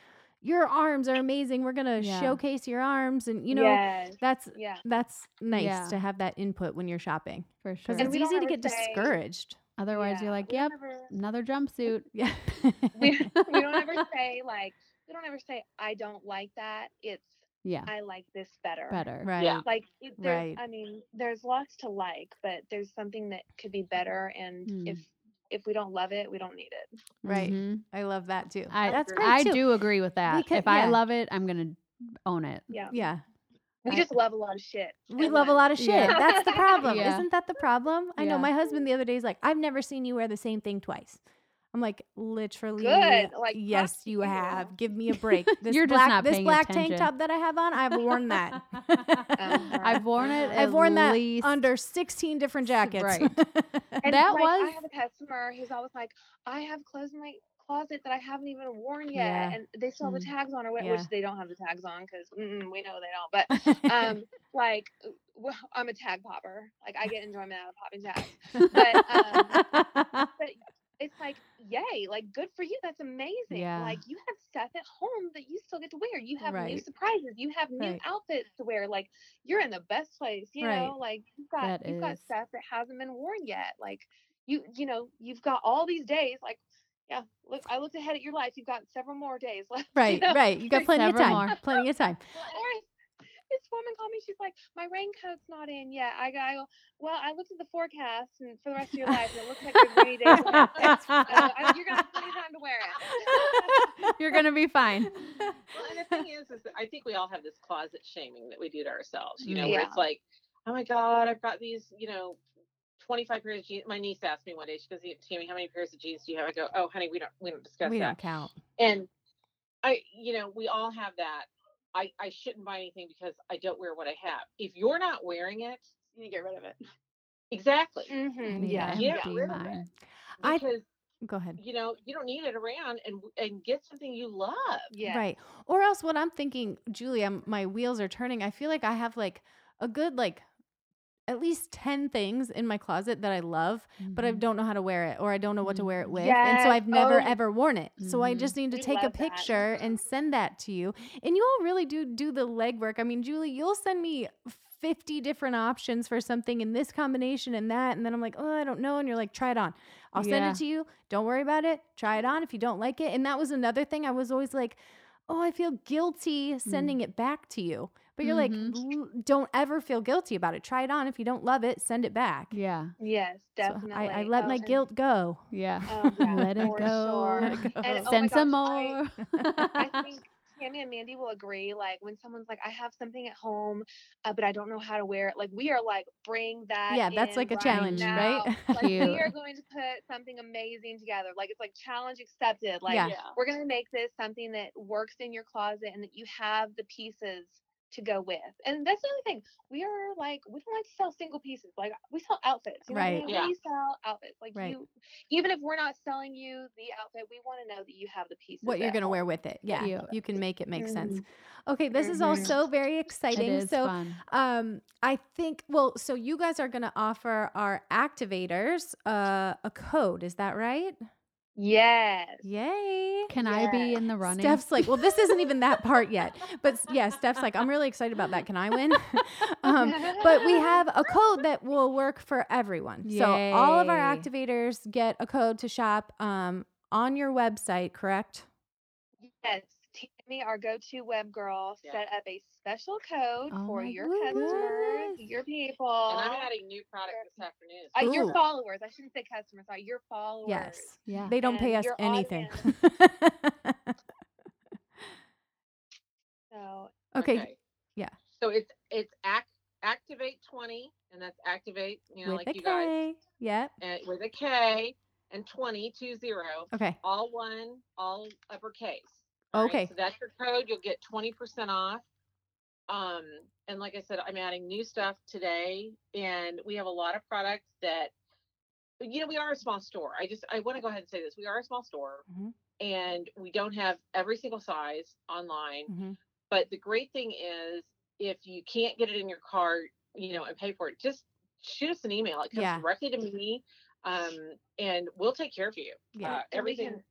Speaker 2: your arms are amazing. We're going to
Speaker 1: Yeah.
Speaker 2: showcase your arms. And, you know,
Speaker 3: Yes,
Speaker 2: that's.
Speaker 3: yeah.
Speaker 2: That's nice
Speaker 1: Yeah. to
Speaker 2: to have that input when you're shopping
Speaker 1: for
Speaker 2: because
Speaker 1: sure.
Speaker 3: And
Speaker 2: it's
Speaker 3: we don't
Speaker 2: easy to
Speaker 3: ever
Speaker 2: get
Speaker 3: say-
Speaker 2: discouraged.
Speaker 1: Otherwise,
Speaker 3: yeah.
Speaker 1: you're like,
Speaker 3: We
Speaker 1: yep,
Speaker 3: don't ever-
Speaker 1: another jumpsuit.
Speaker 2: Yeah.
Speaker 3: we, we don't ever say like we don't ever say I don't like that. It's
Speaker 1: Yeah,
Speaker 3: I like this better.
Speaker 1: better.
Speaker 2: right.
Speaker 4: Yeah.
Speaker 3: Like it, there's,
Speaker 2: Right.
Speaker 3: I mean, there's lots to like, but there's something that could be better, and
Speaker 1: Hmm.
Speaker 3: if if we don't love it, we don't need it.
Speaker 2: Right.
Speaker 1: Mhm.
Speaker 2: I love that too.
Speaker 1: I,
Speaker 2: That's
Speaker 4: agree.
Speaker 2: great.
Speaker 1: I
Speaker 2: too.
Speaker 1: do agree with that.
Speaker 2: could-
Speaker 1: if I
Speaker 2: yeah.
Speaker 1: love it, I'm gonna own it.
Speaker 3: Yeah,
Speaker 2: Yeah.
Speaker 3: we
Speaker 1: I-
Speaker 3: just love a lot of shit.
Speaker 2: We
Speaker 3: and
Speaker 2: love a
Speaker 3: then-
Speaker 2: lot of shit.
Speaker 1: Yeah.
Speaker 2: That's the problem.
Speaker 1: Yeah.
Speaker 2: Isn't that the problem? I
Speaker 1: Yeah.
Speaker 2: know my husband the other day is like, I've never seen you wear the same thing twice. I'm like, literally,
Speaker 3: Good. Like,
Speaker 2: yes,
Speaker 3: props to
Speaker 2: you
Speaker 3: you."
Speaker 2: have. Give me a break. This
Speaker 1: You're just
Speaker 2: black,
Speaker 1: not
Speaker 2: this
Speaker 1: paying
Speaker 2: black
Speaker 1: attention.
Speaker 2: tank top that I have on, I've worn that.
Speaker 1: I've worn it.
Speaker 2: I've
Speaker 1: Um, at
Speaker 2: worn that
Speaker 1: least-
Speaker 2: under 16 different jackets.
Speaker 1: Right.
Speaker 3: And
Speaker 1: that
Speaker 3: like, I
Speaker 1: was
Speaker 3: have a customer who's always like, I have clothes in my closet that I haven't even worn yet,
Speaker 2: Yeah.
Speaker 3: and they still have the tags on, or wh-
Speaker 2: Yeah.
Speaker 3: which they don't have the tags on because we know they don't. But um, like, w- I'm a tag popper. Like, I get enjoyment out of popping tags. But um, it's like yay like good for you that's amazing
Speaker 1: Yeah.
Speaker 3: like you have stuff at home that you still get to wear you have new
Speaker 2: Right.
Speaker 3: surprises you have new
Speaker 2: Right.
Speaker 3: outfits to wear like you're in the best place you
Speaker 2: Right.
Speaker 3: know like you've got
Speaker 1: That
Speaker 3: you've got
Speaker 1: is.
Speaker 3: stuff that hasn't been worn yet like you you know you've got all these days like yeah look i looked ahead at your life you've got several more days left you
Speaker 2: right,
Speaker 3: know?
Speaker 2: right. You got plenty of
Speaker 1: Several
Speaker 2: time.
Speaker 1: more.
Speaker 2: Plenty of time.
Speaker 3: Or this woman called me. She's like, my raincoat's not in yet. I go, I go, well, I looked at the forecast and for the rest of your life, and it looks like there's rainy days. left." I go, "I- you're gonna have plenty of time to wear it.
Speaker 1: You're gonna be fine.
Speaker 4: Well, and the thing is, is that I think we all have this closet shaming that we do to ourselves. You know, where
Speaker 3: Yeah.
Speaker 4: it's like, oh my God, I've got these, you know, 25 pairs of jeans. My niece asked me one day, she goes, Tammy, how many pairs of jeans do you have? I go, oh, honey, we don't, we don't discuss
Speaker 2: we
Speaker 4: that.
Speaker 2: don't count.
Speaker 4: And I, you know, we all have that. I, I shouldn't buy anything because I don't wear what I have. If you're not wearing it,
Speaker 3: You need to get rid of it.
Speaker 4: exactly.
Speaker 1: I
Speaker 3: Mm-hmm.
Speaker 1: need
Speaker 3: Yeah.
Speaker 1: to
Speaker 4: Yeah,
Speaker 1: empty
Speaker 4: rid of
Speaker 1: mine.
Speaker 2: I-
Speaker 4: Because,
Speaker 2: Go ahead.
Speaker 4: you know, you don't need it around and and get something you love.
Speaker 3: Yeah.
Speaker 2: Right. Or else what I'm thinking, Julie, I'm, my wheels are turning. I feel like I have like a good like at least 10 things in my closet that I love, but I
Speaker 1: Mhm.
Speaker 2: don't know how to wear it or I don't know what to wear it with. And so
Speaker 3: Mm-hmm. Yes.
Speaker 2: I've never
Speaker 3: Oh.
Speaker 2: ever worn it. So I
Speaker 1: Mhm.
Speaker 2: just need to
Speaker 3: We
Speaker 2: take a
Speaker 3: love that.
Speaker 2: picture and send that to you. And you all really do do the legwork. I mean, Julie, you'll send me 50 different options for something in this combination and that. And then I'm like, oh, I don't know. And you're like, try it on. I'll send
Speaker 1: Yeah.
Speaker 2: it to you. Don't worry about it. Try it on if you don't like it. And that was another thing. I was always like, oh, I feel guilty sending
Speaker 3: Mm.
Speaker 2: it back to you. But you're
Speaker 1: Mhm.
Speaker 3: Mm-hmm.
Speaker 2: like, "L- don't ever feel guilty about it. Try it on. If you don't love it, send it back.
Speaker 1: Yeah,
Speaker 3: Yes,
Speaker 2: So
Speaker 3: definitely.
Speaker 2: I, I let
Speaker 3: Oh,
Speaker 2: my
Speaker 3: and-
Speaker 2: guilt go.
Speaker 1: yeah.
Speaker 3: Oh, yeah,
Speaker 1: Let it
Speaker 3: for
Speaker 1: go.
Speaker 3: sure. And, oh my
Speaker 1: Send some
Speaker 3: gosh, I-
Speaker 1: more.
Speaker 3: I think Tammy and Mandy will agree. Like when someone's like, "I have something at home, uh, but I don't know how to wear it," like we are like, "Bring that."
Speaker 2: Yeah, that's
Speaker 3: in
Speaker 2: like a
Speaker 3: right
Speaker 2: challenge,
Speaker 3: now.
Speaker 2: right?
Speaker 3: Like we
Speaker 1: Cute.
Speaker 3: are going to put something amazing together. Like it's like challenge accepted. Like
Speaker 2: Yeah.
Speaker 3: we're gonna make this something that works in your closet and that you have the pieces to go with. And that's the other thing. We are like, we don't like to sell single pieces. Like we sell outfits. You know what I
Speaker 2: Right.
Speaker 3: mean?
Speaker 4: Yeah.
Speaker 3: We sell outfits. Like
Speaker 2: Right.
Speaker 3: you, even if we're not selling you the outfit, we want to know that you have the pieces.
Speaker 2: what you're
Speaker 3: at
Speaker 2: going to
Speaker 3: home.
Speaker 2: wear with it. Yeah.
Speaker 1: Cute.
Speaker 2: You can make it make sense. Okay. This is all
Speaker 3: Mhm.
Speaker 2: so very exciting.
Speaker 1: It is
Speaker 2: so
Speaker 1: fun.
Speaker 2: um I think well, so you guys are going to offer our activators uh, a code, is that right?
Speaker 3: Yes.
Speaker 2: Yay.
Speaker 1: Can I be in the running?
Speaker 2: Steph's like, well, this isn't even that part yet. But s- yeah, Steph's like, I'm really excited about that. Can I win? um, but we have a code that will work for everyone. So all of our
Speaker 1: Yay.
Speaker 2: activators get a code to shop um, on your website, correct?
Speaker 3: Yes, Tammy, our go-to web girl,
Speaker 4: Yeah.
Speaker 3: set up a special code
Speaker 1: Oh
Speaker 3: for
Speaker 1: my
Speaker 3: your
Speaker 2: goodness.
Speaker 3: customers, your people,
Speaker 4: And I'm adding new product this afternoon.
Speaker 3: uh, your
Speaker 2: Ooh.
Speaker 3: followers. I shouldn't say customers. Sorry, your followers.
Speaker 2: Yes.
Speaker 1: Yeah.
Speaker 2: They don't pay
Speaker 3: And
Speaker 2: us
Speaker 3: your
Speaker 2: anything.
Speaker 3: So
Speaker 2: okay. yeah.
Speaker 4: So it's it's act, activate twenty, and that's activate. You know,
Speaker 2: with a
Speaker 4: like you guys
Speaker 2: K. Yep.
Speaker 4: and with a K and 20, two zero,
Speaker 2: Okay.
Speaker 4: all one, all uppercase. all right?
Speaker 2: Okay.
Speaker 4: So that's your code. You'll get 20% off. Um, and like I said, I'm adding new stuff today, and we have a lot of products that, you know, we are a small store. I just, I want to go ahead and say this. We are a small store,
Speaker 2: Mhm.
Speaker 4: and we don't have every single size online.
Speaker 2: Mhm.
Speaker 4: But the great thing is, if you can't get it in your cart, you know, and pay for it, just shoot us an email. It comes
Speaker 2: Yeah.
Speaker 4: directly to me, um, and we'll take care of you.
Speaker 2: Yeah.
Speaker 4: Uh,
Speaker 3: And we
Speaker 4: everything
Speaker 3: can-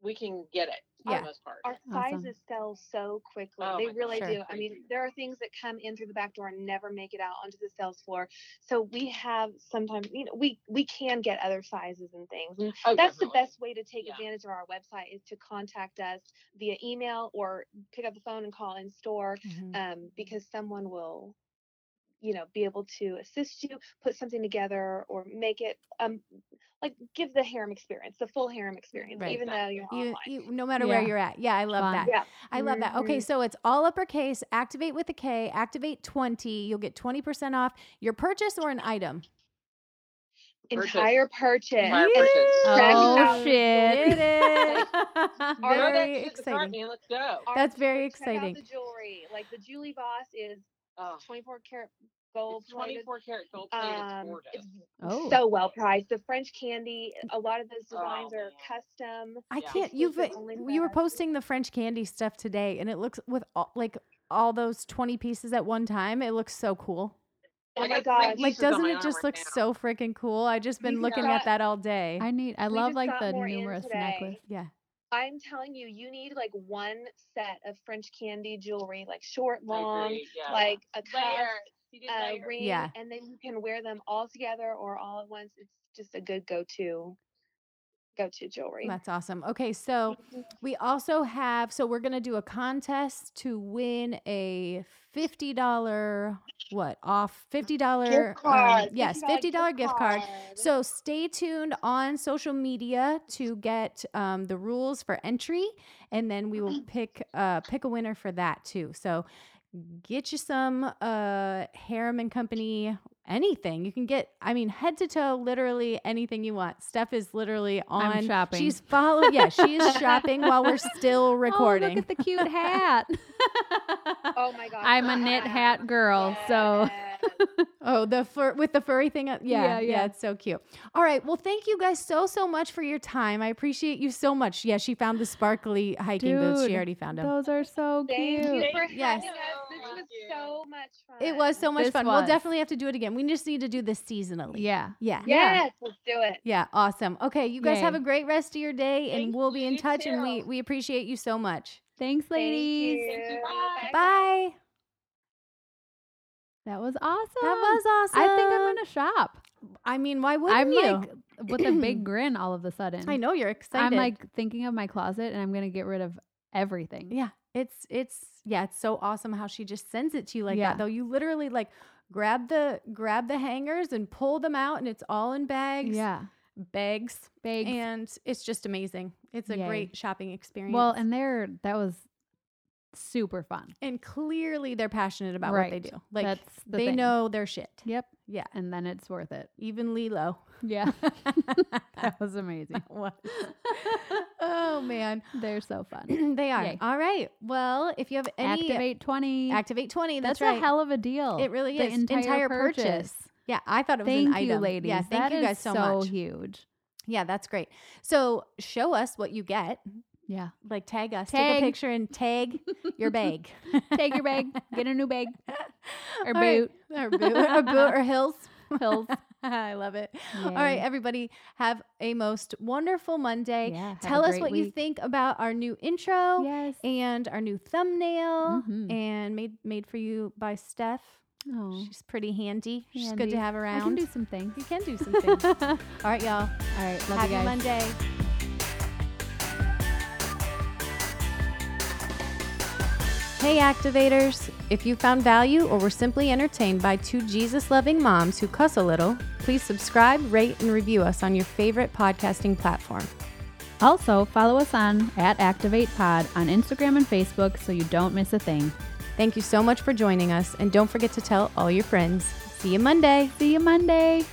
Speaker 4: we can get it for
Speaker 2: Yeah.
Speaker 4: the most part.
Speaker 3: our
Speaker 1: Awesome.
Speaker 3: sizes sell so quickly.
Speaker 4: Oh
Speaker 3: they
Speaker 4: my
Speaker 3: really
Speaker 2: gosh.
Speaker 3: do.
Speaker 2: Sure.
Speaker 3: I mean, there are things that come in through the back door and never make it out onto the sales floor. So we have sometimes, you know, we we can get other sizes and things. And
Speaker 4: Oh,
Speaker 3: that's
Speaker 4: definitely.
Speaker 3: the best way to take
Speaker 4: Yeah.
Speaker 3: advantage of our website is to contact us via email or pick up the phone and call in store
Speaker 2: Mhm.
Speaker 3: um, because someone will you know be able to assist you put something together or make it um like give the harem experience the full harem experience
Speaker 2: Right.
Speaker 3: even though you're
Speaker 2: You,
Speaker 3: online
Speaker 2: you, no matter where
Speaker 1: Yeah.
Speaker 2: you're at. Yeah, I love
Speaker 1: Fun.
Speaker 2: that.
Speaker 3: yeah
Speaker 2: I love that. Okay, so it's all uppercase, activate with a K, activate 20. You'll get 20% off your purchase or an item.
Speaker 4: Purchase.
Speaker 3: entire purchase
Speaker 4: Entire
Speaker 3: And
Speaker 4: purchase.
Speaker 3: check
Speaker 1: Oh
Speaker 3: out-
Speaker 1: shit.
Speaker 2: Did it.
Speaker 4: Throw that
Speaker 2: very
Speaker 4: shit in the cart,
Speaker 2: exciting.
Speaker 4: man. Let's go.
Speaker 3: our
Speaker 2: That's very
Speaker 3: jewelry- check out
Speaker 2: exciting.
Speaker 3: the jewelry like the Julie Voss is
Speaker 4: Oh,
Speaker 3: 24 karat gold
Speaker 4: it's
Speaker 3: plated.
Speaker 4: 24 karat gold plated. it's
Speaker 3: Um,
Speaker 4: gorgeous.
Speaker 3: it's
Speaker 1: Oh.
Speaker 3: so well priced. The French candy, a lot of those designs
Speaker 4: Oh,
Speaker 3: are
Speaker 4: man.
Speaker 3: custom.
Speaker 2: I
Speaker 4: Yeah.
Speaker 2: can't. You've
Speaker 3: Exclusive only
Speaker 2: you were
Speaker 3: for us.
Speaker 2: posting the French candy stuff today, and it looks with all, like all those twenty pieces at one time. It looks so cool.
Speaker 3: Oh
Speaker 4: I
Speaker 3: my
Speaker 4: got three
Speaker 2: Like,
Speaker 3: gosh.
Speaker 4: pieces on
Speaker 2: doesn't
Speaker 4: my
Speaker 2: it
Speaker 4: arm
Speaker 2: just
Speaker 4: right
Speaker 2: look
Speaker 4: now.
Speaker 2: so freaking cool? I just been
Speaker 3: just
Speaker 2: looking
Speaker 3: got-
Speaker 2: at that all day.
Speaker 1: I need I
Speaker 3: We
Speaker 1: love
Speaker 3: just
Speaker 1: like
Speaker 3: got
Speaker 1: the
Speaker 3: more in
Speaker 1: numerous
Speaker 3: today.
Speaker 1: necklace.
Speaker 2: yeah.
Speaker 3: I'm telling you, you need like one set of French candy jewelry, like short,
Speaker 4: I
Speaker 3: long,
Speaker 4: agree, yeah.
Speaker 3: like a cuff,
Speaker 5: Layers. You do
Speaker 3: a
Speaker 5: layers.
Speaker 3: ring,
Speaker 2: Yeah.
Speaker 3: and then you can wear them all together or all at once. It's just a good go-to, go-to jewelry.
Speaker 2: That's awesome. Okay, so
Speaker 4: Mm-hmm.
Speaker 2: we also have so we're gonna do a contest to win a fifty dollar what off fifty dollar um, yes fifty dollar gift card. So stay tuned on social media to get um, the rules for entry, and then we will pick uh, pick a winner for that too. So get you some uh, Harem and Company anything you can get. I mean, head to toe, literally anything you want. Steph is literally on
Speaker 1: I'm shopping.
Speaker 2: She's follow. Yeah, she is shopping while we're still recording.
Speaker 1: Oh, look at the cute hat.
Speaker 3: oh my god,
Speaker 1: I'm a knit hat girl, so
Speaker 2: Oh, the fur with the furry thing. up- Yeah, yeah,
Speaker 1: Yeah, yeah.
Speaker 2: it's so cute. All right, well, thank you guys so so much for your time. I appreciate you so much. Yeah, she found the sparkly hiking boots. She
Speaker 1: Dude,
Speaker 2: already found them.
Speaker 1: those are so
Speaker 3: Thank you
Speaker 1: cute.
Speaker 3: for having
Speaker 2: Yes.
Speaker 3: us. This
Speaker 4: Thank
Speaker 3: was
Speaker 4: you.
Speaker 3: so much fun.
Speaker 2: it was so much
Speaker 1: This
Speaker 2: fun. We'll
Speaker 1: was.
Speaker 2: definitely have to do it again. We just need to do this seasonally.
Speaker 1: Yeah.
Speaker 2: yeah,
Speaker 1: Yeah.
Speaker 3: Yes, let's do it.
Speaker 2: yeah. Awesome. Okay, you guys have
Speaker 1: Yay.
Speaker 2: a great rest of your day, and
Speaker 4: Thank
Speaker 2: we'll be
Speaker 4: you,
Speaker 2: in
Speaker 4: you
Speaker 2: touch. And
Speaker 4: too.
Speaker 2: we we appreciate you so much.
Speaker 1: Thanks, ladies.
Speaker 3: Thank you.
Speaker 4: Bye.
Speaker 2: Bye.
Speaker 1: That was awesome.
Speaker 2: That was awesome.
Speaker 1: I think I'm gonna shop.
Speaker 2: I mean, why wouldn't
Speaker 1: I'm
Speaker 2: you?
Speaker 1: like with a big grin all of a sudden.
Speaker 2: I know you're excited.
Speaker 1: I'm like thinking of my closet and I'm gonna get rid of everything.
Speaker 2: Yeah. It's it's yeah, it's so awesome how she just sends it to you like
Speaker 1: Yeah.
Speaker 2: that. Though you literally like grab the grab the hangers and pull them out and it's all in bags.
Speaker 1: Yeah.
Speaker 2: Bags.
Speaker 1: Big
Speaker 2: And it's just amazing. It's a
Speaker 1: Yay.
Speaker 2: great shopping experience.
Speaker 1: well, and there that was super fun.
Speaker 2: and clearly they're passionate about what
Speaker 1: Right.
Speaker 2: they do. Like
Speaker 1: That's the
Speaker 2: they
Speaker 1: thing.
Speaker 2: know their shit.
Speaker 1: Yep.
Speaker 2: Yeah.
Speaker 1: And then it's worth it.
Speaker 2: Even Lilo.
Speaker 1: Yeah. that was amazing.
Speaker 2: What? oh man.
Speaker 1: They're so fun.
Speaker 2: they are.
Speaker 1: Yay.
Speaker 2: All right. Well, if you have any
Speaker 1: Activate 20.
Speaker 2: Activate 20. That's,
Speaker 1: That's,
Speaker 2: right.
Speaker 1: a hell of a deal.
Speaker 2: It really
Speaker 1: The
Speaker 2: is. Entire purchase. Yeah, I thought it was
Speaker 1: Thank
Speaker 2: an item.
Speaker 1: you, ladies.
Speaker 2: Yeah, thank
Speaker 1: That
Speaker 2: you
Speaker 1: is
Speaker 2: guys so,
Speaker 1: so
Speaker 2: much.
Speaker 1: huge.
Speaker 2: Yeah, that's great. So show us what you get.
Speaker 1: Yeah.
Speaker 2: Like tag us, take
Speaker 1: Tag.
Speaker 2: a picture, and tag your bag
Speaker 1: Take your bag, get a new bag, or
Speaker 2: All right.
Speaker 1: boot.
Speaker 2: or boot, or boot, or hills.
Speaker 1: Hills.
Speaker 2: I love it. All right,
Speaker 1: Yay.
Speaker 2: everybody, have a most wonderful Monday.
Speaker 1: Yeah, have a
Speaker 2: Tell us
Speaker 1: great
Speaker 2: what you
Speaker 1: week.
Speaker 2: think about our new intro
Speaker 1: Yes.
Speaker 2: and our new thumbnail,
Speaker 1: Mhm.
Speaker 2: and made made for you by Steph.
Speaker 1: Oh,
Speaker 2: She's pretty handy. She's good to
Speaker 1: Handy.
Speaker 2: have
Speaker 1: I
Speaker 2: around.
Speaker 1: can do some things.
Speaker 2: you can do some things. All
Speaker 1: All
Speaker 2: right, y'all.
Speaker 1: right. Love you
Speaker 2: Happy
Speaker 1: guys.
Speaker 2: Monday. Hey, activators! If you found value or were simply entertained by two Jesus loving moms who cuss a little, please subscribe, rate, and review us on your favorite podcasting platform.
Speaker 1: Also, follow us on at Activate Pod on Instagram and Facebook so you don't miss a thing.
Speaker 2: Thank you so much for joining us, and don't forget to tell all your friends. See you Monday!
Speaker 1: See you Monday.